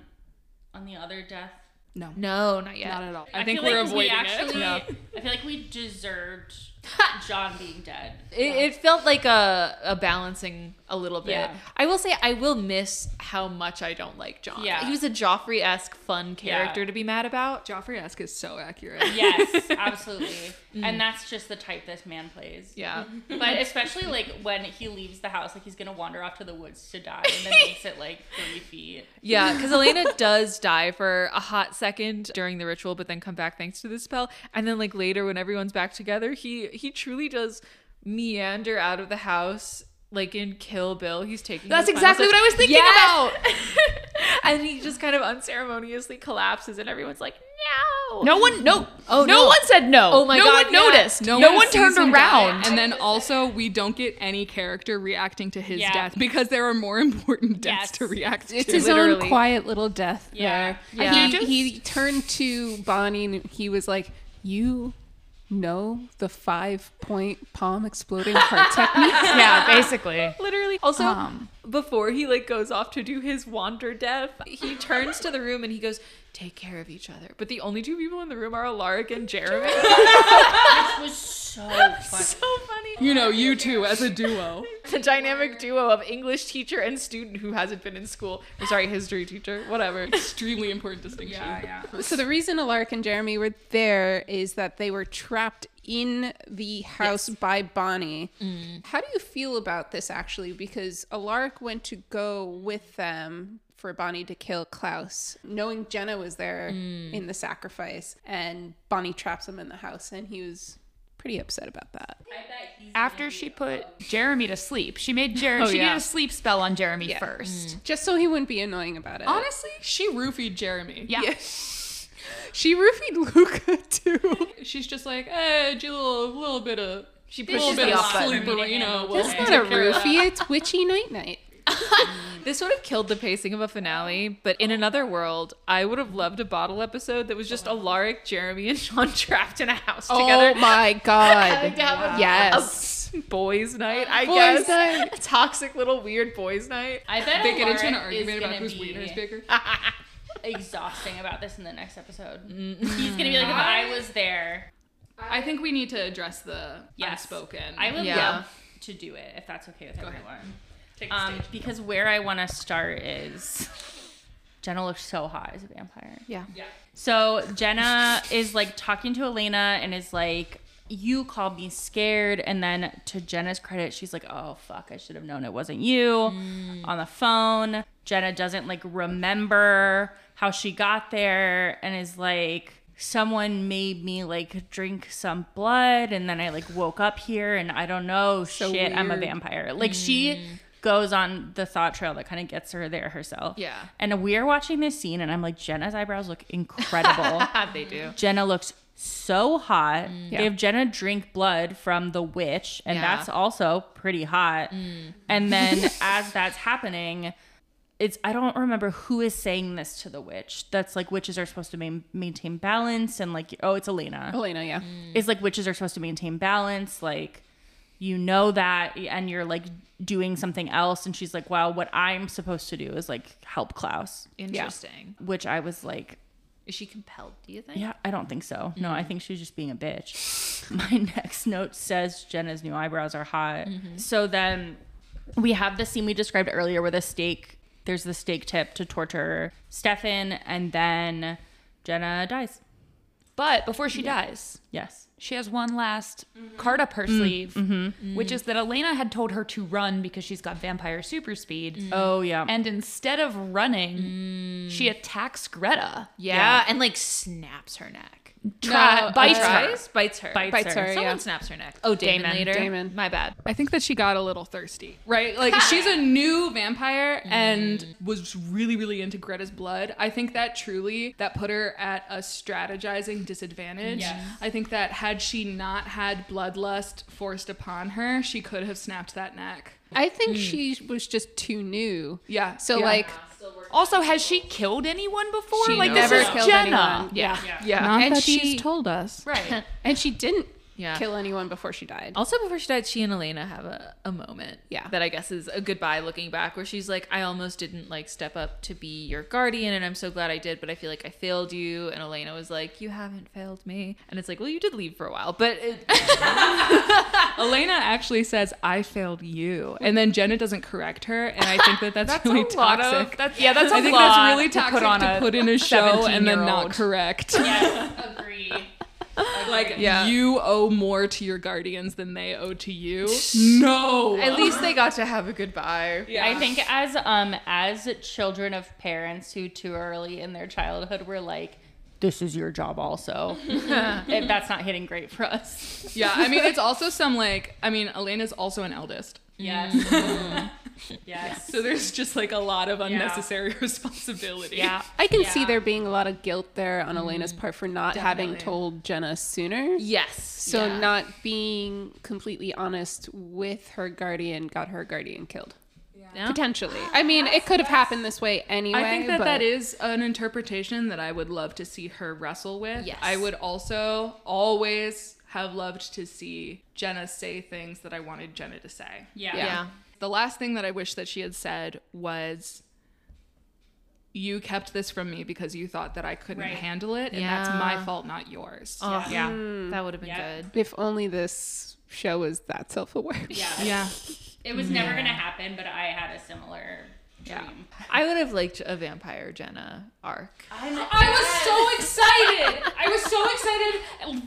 Speaker 4: on the other death?
Speaker 3: No, not yet.
Speaker 6: Not at all. I, think
Speaker 4: feel
Speaker 6: we're
Speaker 4: like
Speaker 6: avoiding
Speaker 4: we actually,
Speaker 6: it. Yeah.
Speaker 4: I feel like we <laughs> deserved John being dead.
Speaker 3: It, it felt like a, a balancing a little bit.
Speaker 4: Yeah.
Speaker 3: I will say I will miss how much I don't like John.
Speaker 4: Yeah.
Speaker 3: He was a Joffrey esque fun
Speaker 4: Yeah.
Speaker 3: character to be mad about.
Speaker 6: Joffrey esque is so accurate.
Speaker 4: <laughs> Yes, absolutely. And that's just the type this man plays.
Speaker 3: Yeah.
Speaker 4: But especially like when he leaves the house, like he's gonna wander off to the woods to die, and then makes it like three feet.
Speaker 5: <laughs>
Speaker 3: Yeah, because Elena does die for a hot second during the ritual, but then come back thanks to the spell. And then like later when everyone's back together, he he truly does meander out of the house. Like in Kill Bill, he's taking.
Speaker 5: That's
Speaker 3: his final
Speaker 5: exactly
Speaker 3: steps.
Speaker 5: what I was thinking <laughs>
Speaker 3: about. <laughs> and he just kind of unceremoniously collapses, and everyone's like, "No,
Speaker 5: No one, no,
Speaker 3: Oh,
Speaker 5: no,
Speaker 3: no.
Speaker 5: one said no.
Speaker 3: Oh my
Speaker 5: no
Speaker 3: God,
Speaker 5: one
Speaker 3: yeah.
Speaker 5: noticed. No,
Speaker 6: No
Speaker 5: one,
Speaker 6: one
Speaker 5: turned
Speaker 6: sees him die,
Speaker 5: around.
Speaker 6: And then also, we don't get any character reacting to his
Speaker 4: Yeah.
Speaker 6: death because there are more important deaths
Speaker 4: Yes.
Speaker 6: to react to.
Speaker 1: It's his
Speaker 3: Literally.
Speaker 1: own quiet little death
Speaker 4: Yeah.
Speaker 1: there.
Speaker 3: Yeah.
Speaker 1: He, he turned to Bonnie and he was like, You know the five point palm exploding heart technique?
Speaker 5: yeah, basically.
Speaker 3: literally also
Speaker 11: Um.
Speaker 3: before he like goes off to do his wander death he turns to the room and he goes take care of each other but the only two people in the room are alaric and jeremy
Speaker 4: Which was <laughs> so funny.
Speaker 3: <laughs> so funny
Speaker 6: You know, you two as a duo.
Speaker 3: the dynamic duo of english teacher and student who hasn't been in school I'm sorry history teacher <laughs> whatever
Speaker 6: Extremely important distinction.
Speaker 1: so the reason Alaric and Jeremy were there is that they were trapped in the house by Bonnie. How do you feel about this actually? Because Alaric went to go with them for Bonnie to kill Klaus, knowing Jenna was there in the sacrifice, and Bonnie traps him in the house, and he was pretty upset about that.
Speaker 5: After she put Jeremy to sleep, she made Jeremy. she did a sleep spell on Jeremy first.
Speaker 1: Just so he wouldn't be annoying about it.
Speaker 6: Honestly, she roofied Jeremy.
Speaker 5: Yeah.
Speaker 1: She roofied Luca <laughs> too.
Speaker 6: <laughs> She's just like, eh, do a little, little bit of. She
Speaker 3: pushes the off button.
Speaker 6: Sleeperino. will
Speaker 1: That's not a roofie, it's witchy night night.
Speaker 3: this would have killed the pacing of a finale but in another world i would have loved a bottle episode that was just alaric jeremy and sean <laughs> trapped in a house together
Speaker 1: Oh my god.
Speaker 3: yes boys night i guess <laughs>
Speaker 1: night.
Speaker 3: toxic little weird boys night
Speaker 4: I bet
Speaker 6: They get into an
Speaker 4: Alaric is
Speaker 6: argument about
Speaker 4: gonna
Speaker 6: whose
Speaker 4: be
Speaker 6: wiener's bigger.
Speaker 4: Exhausting about this in the next episode. He's gonna be like, if I was there,
Speaker 6: I think we need to address the
Speaker 4: Yes.
Speaker 6: unspoken.
Speaker 4: I would
Speaker 3: Yeah.
Speaker 4: love to do it if that's okay with everyone. Um, because where I want to start is Jenna looks so hot as a vampire.
Speaker 3: Yeah.
Speaker 4: So Jenna is like talking to Elena and is like, you called me scared. And then to Jenna's credit, she's like, oh, fuck, I should have known it wasn't you on the phone. Jenna doesn't like remember how she got there and is like, someone made me like drink some blood. And then I like woke up here and I don't know. shit, I'm a vampire. Like she goes on the thought trail that kind of gets her there herself.
Speaker 6: Yeah.
Speaker 4: And we're watching this scene and I'm like, Jenna's eyebrows look incredible.
Speaker 3: they do.
Speaker 4: Jenna looks so hot. They have Jenna drink blood from the witch, and
Speaker 3: Yeah.
Speaker 4: that's also pretty hot. And then as that's happening, it's I don't remember who is saying this to the witch. That's like witches are supposed to main, maintain balance, and like oh, it's Elena.
Speaker 1: Elena, yeah.
Speaker 4: It's like witches are supposed to maintain balance, like. You know that, and you're like doing something else. And she's like, Wow, what I'm supposed to do is like help Klaus,
Speaker 3: Interesting.
Speaker 4: which I was like,
Speaker 3: Is she compelled? Do you think?
Speaker 4: yeah, I don't think so. No, I think she was just being a bitch. <laughs> My next note says Jenna's new eyebrows are hot. So then we have the scene we described earlier where the stake, there's the stake tip to torture Stefan, and then Jenna dies.
Speaker 12: But before she dies,
Speaker 4: Yes.
Speaker 5: She has one last card up her sleeve, which is that Elena had told her to run because she's got vampire super speed.
Speaker 4: Oh, yeah.
Speaker 5: And instead of running, she attacks Greta.
Speaker 3: Yeah, and like snaps her neck.
Speaker 5: Try-
Speaker 3: Uh,
Speaker 5: bites
Speaker 3: uh,
Speaker 5: her.
Speaker 3: tries? Bites her.
Speaker 4: Bites
Speaker 1: Bites her,
Speaker 3: Someone
Speaker 1: yeah.
Speaker 3: snaps her neck. Oh, Damon,
Speaker 5: Damon.
Speaker 3: later.
Speaker 1: Damon.
Speaker 3: My bad.
Speaker 6: I think that she got a little thirsty,
Speaker 3: <laughs>
Speaker 6: right? Like she's a new vampire and was really, really into Greta's blood. I think that truly that put her at a strategizing disadvantage. I think that had she not had bloodlust forced upon her, she could have snapped that neck.
Speaker 1: I think she was just too new.
Speaker 6: Mm. Yeah.
Speaker 1: So
Speaker 6: yeah.
Speaker 1: like,
Speaker 12: Also, has she killed anyone before?
Speaker 3: She
Speaker 12: like
Speaker 1: never
Speaker 12: this is
Speaker 1: killed
Speaker 12: Jenna.
Speaker 1: anyone. Yeah.
Speaker 6: yeah.
Speaker 13: Not
Speaker 1: And
Speaker 13: that
Speaker 1: she-
Speaker 13: she's told us.
Speaker 12: Right.
Speaker 1: and she didn't
Speaker 3: <laughs> Yeah.
Speaker 1: kill anyone before she died.
Speaker 6: Oh,
Speaker 3: Also, before she died, she and Elena have a, a moment.
Speaker 1: Yeah.
Speaker 3: That I guess is a goodbye looking back where she's like, I almost didn't like step up to be your guardian and I'm so glad I did, but I feel like I failed you. And Elena was like, You haven't failed me. And it's like, Well, you did leave for a while, but it,
Speaker 6: Elena actually says, <laughs> I failed you. And then Jenna doesn't correct her. And I think <laughs> that that's, really
Speaker 12: a lot
Speaker 6: toxic.
Speaker 12: of- that's- yeah, that's a
Speaker 6: I think
Speaker 12: lot
Speaker 6: that's really
Speaker 12: to put
Speaker 6: toxic to
Speaker 12: on
Speaker 6: put,
Speaker 12: a
Speaker 6: in a show and then
Speaker 12: 17-year-old.
Speaker 6: not correct. <laughs>
Speaker 4: Agree.
Speaker 6: Like you owe more to your guardians than they owe to
Speaker 4: <laughs>
Speaker 6: you. no.
Speaker 3: at least they got to have a goodbye.
Speaker 6: <laughs>
Speaker 3: Yeah.
Speaker 4: I think as um as children of parents who too early in their childhood were like, this is your job <laughs> also. If that's not hitting great for us.
Speaker 6: yeah, I mean it's also some like I mean Elena's also an eldest.
Speaker 4: Yes.
Speaker 6: <laughs>
Speaker 4: yes.
Speaker 6: So there's just like a lot of unnecessary <laughs> responsibility.
Speaker 4: Yeah.
Speaker 1: I can see there being a lot of guilt there on Elena's part for not having
Speaker 6: Mm-hmm. Definitely.
Speaker 1: told Jenna sooner.
Speaker 3: Yes.
Speaker 1: So
Speaker 3: yeah.
Speaker 1: not being completely honest with her guardian got her guardian killed.
Speaker 3: No?
Speaker 6: <gasps>
Speaker 1: Potentially. I mean, it could have happened this way anyway.
Speaker 6: I think that
Speaker 1: but
Speaker 6: that is an interpretation that I would love to see her wrestle with.
Speaker 3: Yes.
Speaker 6: I would also always have loved to see Jenna say things that I wanted Jenna to say.
Speaker 3: Yeah.
Speaker 6: The last thing that I wish that she had said was, You kept this from me because you thought that I couldn't handle it, and that's my
Speaker 3: Yeah.
Speaker 6: fault, not yours.
Speaker 3: Oh, yeah. That would have been good.
Speaker 1: If only this show was that self-aware.
Speaker 6: Yeah.
Speaker 4: It was never gonna happen, but I had a similar dream.
Speaker 3: Yeah. I would have liked a vampire Jenna arc.
Speaker 6: I was so excited. I was so excited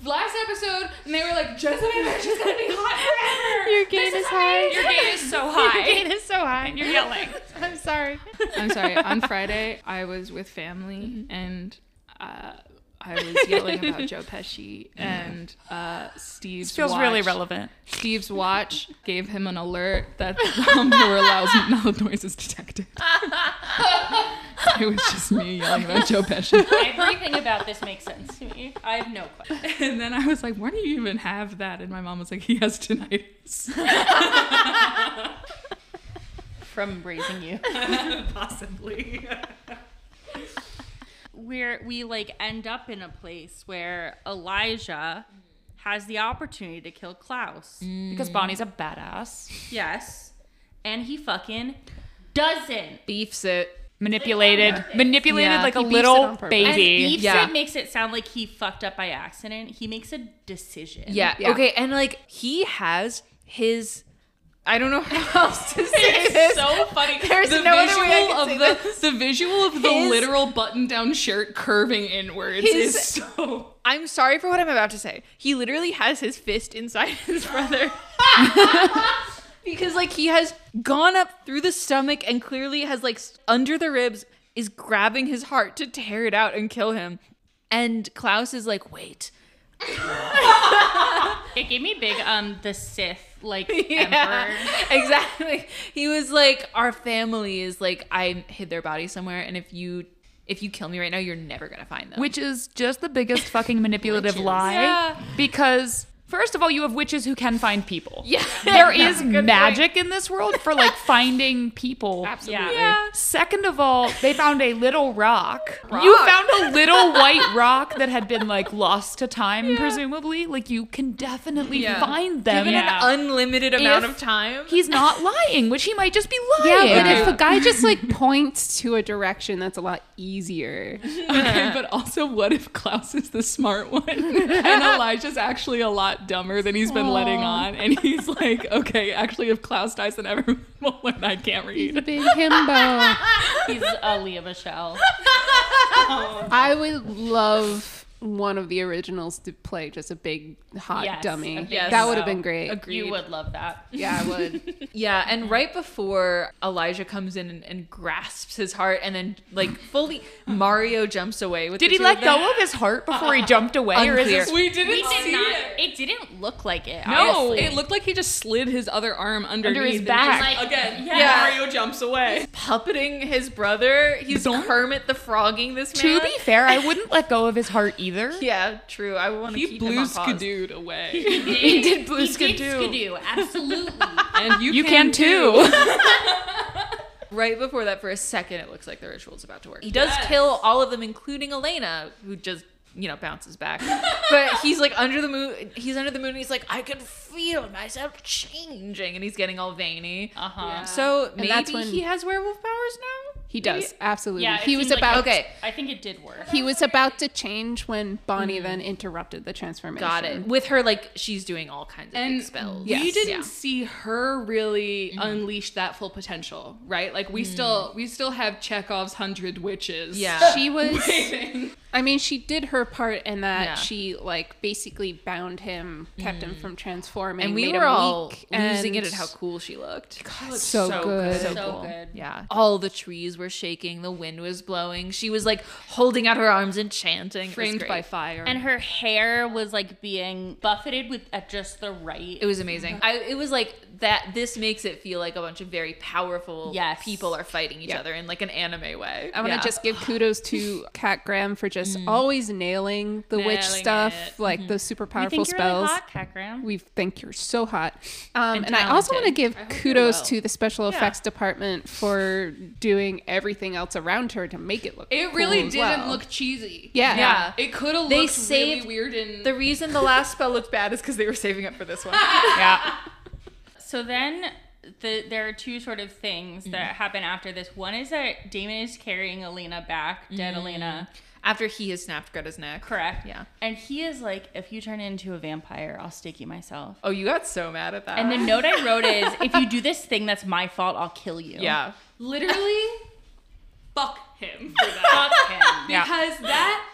Speaker 6: last episode, and they were like, Jenna's gonna be, Jenna's gonna be hot forever. Your game is high.
Speaker 12: Your game is so high.
Speaker 4: <laughs>
Speaker 3: It is so high.
Speaker 12: You're yelling.
Speaker 3: <laughs> I'm sorry.
Speaker 6: I'm sorry. On Friday, I was with family and uh, I was yelling about Joe Pesci and uh, Steve's.
Speaker 12: Feels really
Speaker 6: watch-
Speaker 12: relevant.
Speaker 6: Steve's watch gave him an alert that Humber allows <laughs> loud noises detected. <laughs> it was just me yelling about Joe Pesci.
Speaker 4: Everything about this makes sense to me. I have no question.
Speaker 6: And then I was like, why do you even have that? And my mom was like, he has tinnitus.
Speaker 4: From raising <laughs> you.
Speaker 12: Possibly.
Speaker 4: Where we like end up in a place where Elijah has the opportunity to kill Klaus.
Speaker 12: Because Bonnie's a badass.
Speaker 4: Yes. And he fucking doesn't.
Speaker 3: Beefs it.
Speaker 12: Manipulated. Manipulated
Speaker 6: Yeah,
Speaker 12: like a
Speaker 1: he beefs it
Speaker 12: little
Speaker 1: on purpose.
Speaker 4: And
Speaker 12: baby.
Speaker 4: Eve
Speaker 3: Yeah.
Speaker 4: said makes it sound like he fucked up by accident. He makes a decision.
Speaker 3: Yeah. Okay. And like he has his
Speaker 6: I don't
Speaker 3: <laughs>
Speaker 6: know how else to say this.
Speaker 3: so funny.
Speaker 6: There's
Speaker 3: the
Speaker 6: no other
Speaker 3: visual
Speaker 6: way I
Speaker 3: of
Speaker 6: can say
Speaker 3: the
Speaker 6: this. The visual of the literal button-down shirt curving inwards
Speaker 3: His-
Speaker 6: is so.
Speaker 3: I'm sorry for what I'm about to say. He literally has his fist inside <laughs> his brother. because like he has gone up through the stomach and clearly has like s- under the ribs is grabbing his heart to tear it out and kill him. And Klaus is like, "Wait."
Speaker 4: It gave me big um the Sith <laughs>
Speaker 3: <laughs>
Speaker 4: like emperor.
Speaker 3: exactly. He was like, "Our family is like I hid their body somewhere and if you if you kill me right now, you're never going to find them."
Speaker 5: which is just the biggest fucking manipulative lie
Speaker 3: Yeah.
Speaker 5: because first of all you have witches who can find people
Speaker 3: <laughs> <laughs> Yeah.
Speaker 5: there is magic in this world for like finding people
Speaker 4: Yeah.
Speaker 3: Yeah.
Speaker 5: second of all they found a little rock. you found a little white rock that had been like lost to time presumably like you can definitely
Speaker 3: Yeah.
Speaker 5: find them
Speaker 3: Given an unlimited amount
Speaker 5: If
Speaker 3: of time.
Speaker 5: he's not lying which he might just be
Speaker 1: Yeah,
Speaker 5: lying
Speaker 1: but if a guy just like points to a direction, that's a lot easier.
Speaker 6: <laughs> Okay, but also, what if Klaus is the smart one <laughs> and Elijah's actually a lot dumber than he's been letting on? And he's like, okay, actually, if Klaus dies, then everyone will learn I can't read.
Speaker 1: Big himbo.
Speaker 4: <laughs> He's a Leah
Speaker 6: <laughs>
Speaker 4: Michelle.
Speaker 1: I would love one of the originals to play just a big hot
Speaker 4: Yes,
Speaker 1: dummy.
Speaker 4: a big
Speaker 1: that would have
Speaker 4: himbo.
Speaker 1: been great.
Speaker 4: You would love that.
Speaker 1: Yeah, I would.
Speaker 3: Yeah, and right before Elijah comes in and, and grasps his heart, and then like fully Mario jumps away. With
Speaker 5: did he let go of his heart before he jumped away or is this
Speaker 6: <laughs> We didn't
Speaker 4: We
Speaker 6: see
Speaker 4: did not.
Speaker 6: it.
Speaker 4: It. didn't look like it.
Speaker 6: No,
Speaker 4: honestly.
Speaker 6: it looked like he just slid his other arm underneath.
Speaker 5: his
Speaker 6: and
Speaker 5: back.
Speaker 6: just, like, again,
Speaker 3: Yeah.
Speaker 6: Mario jumps away.
Speaker 3: puppeting his brother? He's Kermit the Frogging this man.
Speaker 5: to be fair i wouldn't let go of his heart either
Speaker 3: yeah, true. I want to
Speaker 6: He
Speaker 3: keep him
Speaker 6: blew
Speaker 3: on pause.
Speaker 6: Skidooed away.
Speaker 4: he did
Speaker 3: blue
Speaker 4: He
Speaker 3: skidoo.
Speaker 4: did skidoo, absolutely.
Speaker 6: and you,
Speaker 5: you can too
Speaker 3: Right before that, for a second, it looks like the ritual's about to work. He does kill all of them, including Elena, who just you know bounces <laughs> back. but he's like under the moon. He's under the moon. And he's like, I can feel myself changing, and he's getting all veiny.
Speaker 4: Uh huh.
Speaker 3: So maybe
Speaker 1: that's when-
Speaker 3: he has werewolf powers now.
Speaker 6: <laughs>
Speaker 1: He does absolutely.
Speaker 4: Yeah, it
Speaker 1: he was
Speaker 4: seemed like-
Speaker 1: about
Speaker 3: Okay.
Speaker 4: I think it did work.
Speaker 1: He was about to change when Bonnie then interrupted the transformation.
Speaker 3: Got it. With her, like she's doing all kinds of
Speaker 6: And
Speaker 3: big spells.
Speaker 6: we didn't see her really unleash that full potential, right? Like we still we still have Chekhov's hundred witches.
Speaker 3: Yeah. <laughs>
Speaker 1: She was. I mean, she did her part in that she like basically bound him, kept him from transforming,
Speaker 3: Mm. And we
Speaker 1: made
Speaker 3: were
Speaker 1: him
Speaker 3: all
Speaker 1: weak,
Speaker 3: losing it
Speaker 1: and-
Speaker 3: at how cool she looked. God,
Speaker 1: so good.
Speaker 3: So,
Speaker 4: So
Speaker 3: cool.
Speaker 4: good.
Speaker 3: Yeah. All the trees were shaking. The wind was blowing. She was like holding out her arms and chanting. It was
Speaker 6: framed
Speaker 3: great.
Speaker 6: by fire.
Speaker 4: And her hair was like being buffeted with at just the right.
Speaker 3: It was amazing. I, it was like that. This makes it feel like a bunch of very powerful
Speaker 4: Yes.
Speaker 3: people are fighting each other in like an anime way.
Speaker 1: I want to
Speaker 3: Yeah. Mm.
Speaker 1: just give kudos
Speaker 3: <laughs>
Speaker 1: to Kat Graham for just always nailing the witch
Speaker 6: Nailing
Speaker 1: stuff,
Speaker 6: it.
Speaker 1: like
Speaker 3: Mm-hmm.
Speaker 1: those super
Speaker 4: you
Speaker 1: powerful
Speaker 4: think you're really
Speaker 1: spells.
Speaker 4: hot, Kat Graham?
Speaker 1: We think you're so hot. Um, and I also want to give kudos to the special effects department for doing everything else around her to make it look.
Speaker 6: it
Speaker 1: cool
Speaker 6: really
Speaker 1: as
Speaker 6: didn't
Speaker 1: well.
Speaker 6: look cheesy.
Speaker 1: Yeah.
Speaker 3: Yeah.
Speaker 6: It could have
Speaker 3: They
Speaker 6: looked
Speaker 3: saved
Speaker 6: really weird and
Speaker 3: The reason the last spell looked bad is because they were saving up for this one.
Speaker 4: <laughs> So then the, there are two sort of things that happen after this. One is that Damon is carrying Elena back, dead Elena,
Speaker 3: After he has snapped Greta's neck.
Speaker 4: correct?
Speaker 3: Yeah.
Speaker 4: And he is like, if you turn into a vampire, I'll stake you myself.
Speaker 3: Oh, you got so mad at that.
Speaker 4: And the note I wrote is, if you do this thing that's my fault, I'll kill
Speaker 3: <laughs>
Speaker 4: you.
Speaker 3: yeah.
Speaker 6: literally fuck him for that.
Speaker 4: Fuck him.
Speaker 6: Because that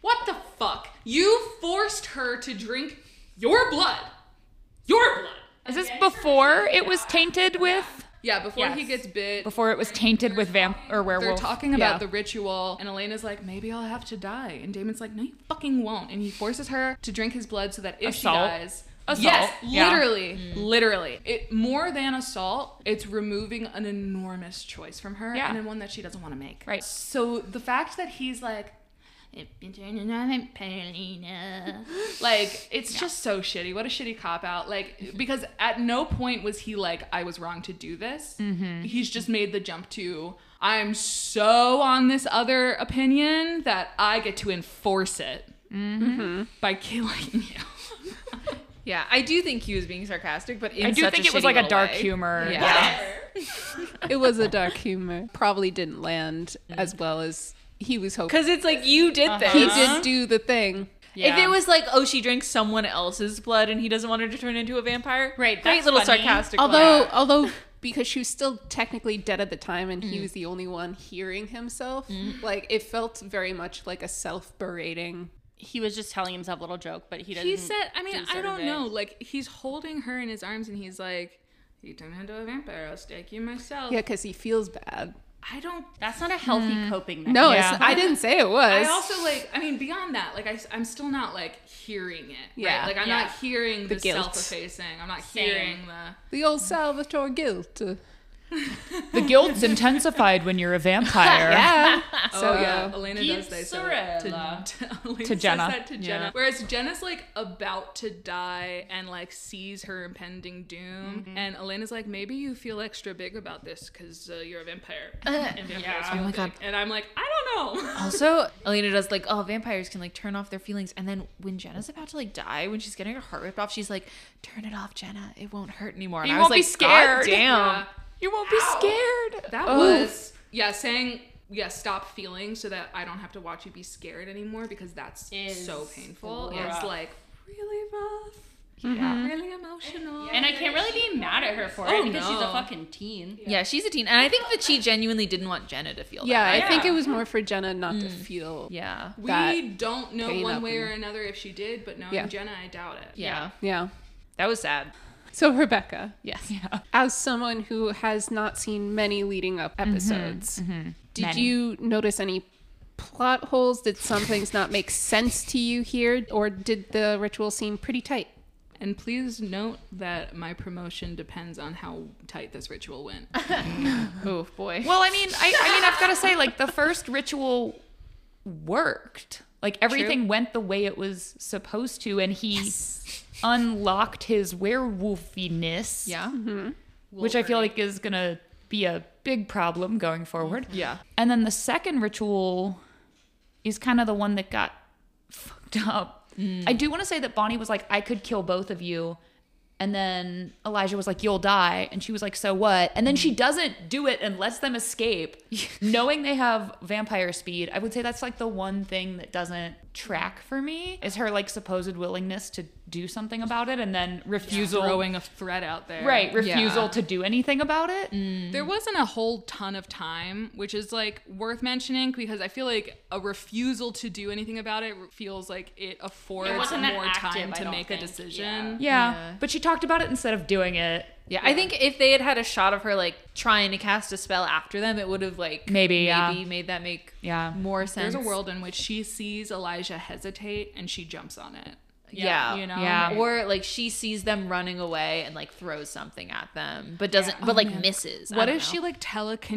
Speaker 6: what the fuck? You forced her to drink your blood. Your blood.
Speaker 5: Is this before it was tainted with?
Speaker 6: Yeah, before he
Speaker 4: Yes.
Speaker 6: gets bit.
Speaker 5: Before it was tainted with vamp or
Speaker 6: They're
Speaker 5: werewolf?
Speaker 6: talking about
Speaker 5: Yeah.
Speaker 6: the ritual, and Elena's like, maybe I'll have to die. And Damon's like, no, you fucking won't. And he forces her to drink his blood so that if
Speaker 5: Assault.
Speaker 6: she dies.
Speaker 5: Assault,
Speaker 6: Yes,
Speaker 5: yeah.
Speaker 6: literally, literally. Mm. It more than assault. It's removing an enormous choice from her,
Speaker 5: Yeah.
Speaker 6: and then one that she doesn't want to make.
Speaker 5: Right.
Speaker 6: So the fact that he's like, "If you turn it on, I'm Paulina," like it's just so shitty. What a shitty cop out. Like because at no point was he like, I was wrong to do this. He's just made the jump to. I'm so on this other opinion that I get to enforce it by killing you.
Speaker 3: Yeah. I do think he was being sarcastic, but in
Speaker 5: I do
Speaker 3: such
Speaker 5: think
Speaker 3: a
Speaker 5: it was
Speaker 3: shitty
Speaker 5: like a
Speaker 3: little
Speaker 5: dark
Speaker 3: way.
Speaker 5: humor.
Speaker 3: Yeah. <laughs>
Speaker 1: it was a dark humor. Probably didn't land as well as he was hoping.
Speaker 3: Because it's like you did this.
Speaker 1: He did do the thing.
Speaker 4: Yeah.
Speaker 3: If it was like, oh, she drinks someone else's blood and he doesn't want her to turn into a vampire, Great
Speaker 4: Right, that's
Speaker 3: little
Speaker 4: funny.
Speaker 3: sarcastic.
Speaker 1: although
Speaker 3: laugh.
Speaker 1: although because she was still technically dead at the time and
Speaker 6: Mm.
Speaker 1: he was the only one hearing himself like it felt very much like a self-berating
Speaker 4: he was just telling himself a little joke, but he doesn't.
Speaker 6: He said, I mean, I
Speaker 4: sort of
Speaker 6: don't
Speaker 4: it.
Speaker 6: know. Like, he's holding her in his arms and he's like, You turned into a vampire. I'll stake you myself.
Speaker 1: yeah because he feels bad
Speaker 6: I don't.
Speaker 4: that's not a healthy coping. Mechanism.
Speaker 1: no it's, i didn't say it was
Speaker 6: I also like, I mean, beyond that, like, I, am still not like hearing it.
Speaker 1: Yeah.
Speaker 6: Right? Like, I'm
Speaker 4: Yeah.
Speaker 6: not hearing the,
Speaker 1: guilt.
Speaker 6: self-effacing. I'm not
Speaker 4: Same.
Speaker 6: hearing the.
Speaker 1: the old salvatore guilt so
Speaker 5: The guilt's intensified when you're a vampire.
Speaker 6: oh yeah, Elena does say so
Speaker 4: Pizzarella.
Speaker 6: to, to, <laughs> Elena says
Speaker 5: Jenna.
Speaker 6: that to Jenna. Whereas Jenna's like about to die and like sees her impending doom, and Elena's like, maybe you feel extra big about this because uh, you're a vampire. and vampires feel big. And I'm like, I don't <laughs> know.
Speaker 3: also Elena does like, oh, vampires can like turn off their feelings, and then when Jenna's about to like die, when she's getting her heart ripped off, she's like, turn it off, Jenna. It won't hurt anymore. And
Speaker 5: You
Speaker 3: I was
Speaker 5: won't be
Speaker 3: like, "God
Speaker 5: scared."
Speaker 3: Damn.
Speaker 6: Yeah.
Speaker 3: You won't be scared.
Speaker 6: That was yeah, saying yeah, stop feeling so that I don't have to watch you be scared anymore because that's
Speaker 4: Is
Speaker 6: so painful.
Speaker 4: rough.
Speaker 6: It's like really rough. Yeah. Really emotional.
Speaker 4: and I can't really be mad at her for
Speaker 6: Oh,
Speaker 4: it because she's a
Speaker 6: no.
Speaker 4: fucking teen.
Speaker 3: Yeah, she's a teen, and I think that she genuinely didn't want Jenna to feel.
Speaker 1: yeah
Speaker 3: that.
Speaker 1: i
Speaker 3: way.
Speaker 1: think it was more for jenna not to feel
Speaker 3: Mm. Yeah.
Speaker 6: we
Speaker 1: that
Speaker 6: don't know
Speaker 1: came
Speaker 6: one
Speaker 1: up
Speaker 6: way
Speaker 1: in-
Speaker 6: or another if she did, but knowing
Speaker 1: Yeah.
Speaker 6: Jenna, I doubt it.
Speaker 3: Yeah.
Speaker 1: yeah
Speaker 3: That was sad.
Speaker 1: so rebecca
Speaker 3: Yes.
Speaker 1: as someone who has not seen many leading up
Speaker 3: Mm-hmm.
Speaker 1: episodes, did you notice any plot holes? Did some things not make sense to you here, or did the ritual seem pretty tight?
Speaker 6: And please note that my promotion depends on how tight this ritual went.
Speaker 3: Oh boy.
Speaker 5: Well, I mean, I, I mean, I've got to say, like the first ritual worked. Like everything went the way it was supposed to, and he unlocked his werewolfiness.
Speaker 3: Yeah.
Speaker 5: which I feel like is gonna be a big problem going forward.
Speaker 3: Yeah.
Speaker 5: And then the second ritual is kind of the one that got fucked up. I do want to say that Bonnie was like, I could kill both of you. And then Elijah was like, You'll die. And she was like, So what? And then she doesn't do it and lets them escape, knowing they have vampire speed. I would say that's like the one thing that doesn't track for me is her like supposed willingness to do something about it and then refusal.
Speaker 6: Throwing a threat out there. Mm-hmm.
Speaker 5: Right,
Speaker 3: Yeah.
Speaker 5: refusal to do anything about it.
Speaker 6: There wasn't a whole ton of time, which is like worth mentioning because I feel like a refusal to do anything about it feels like it affords
Speaker 4: It wasn't that
Speaker 6: more
Speaker 4: active,
Speaker 6: time
Speaker 4: I
Speaker 6: to
Speaker 4: don't
Speaker 6: make
Speaker 4: think.
Speaker 6: a decision.
Speaker 5: Yeah. But she talked about it instead of doing it.
Speaker 3: Yeah, I think if they had had a shot of her like trying to cast a spell after them, it would have like
Speaker 5: Maybe,
Speaker 3: maybe
Speaker 5: yeah.
Speaker 3: made that make
Speaker 5: Yeah.
Speaker 3: more sense.
Speaker 6: There's a world in which she sees Elijah hesitate and she jumps on it.
Speaker 3: yeah,
Speaker 6: You know?
Speaker 5: Yeah.
Speaker 3: or like she sees them running away and like throws something at them, but doesn't, but like misses. I
Speaker 6: What
Speaker 3: don't
Speaker 6: if she
Speaker 3: know.
Speaker 6: like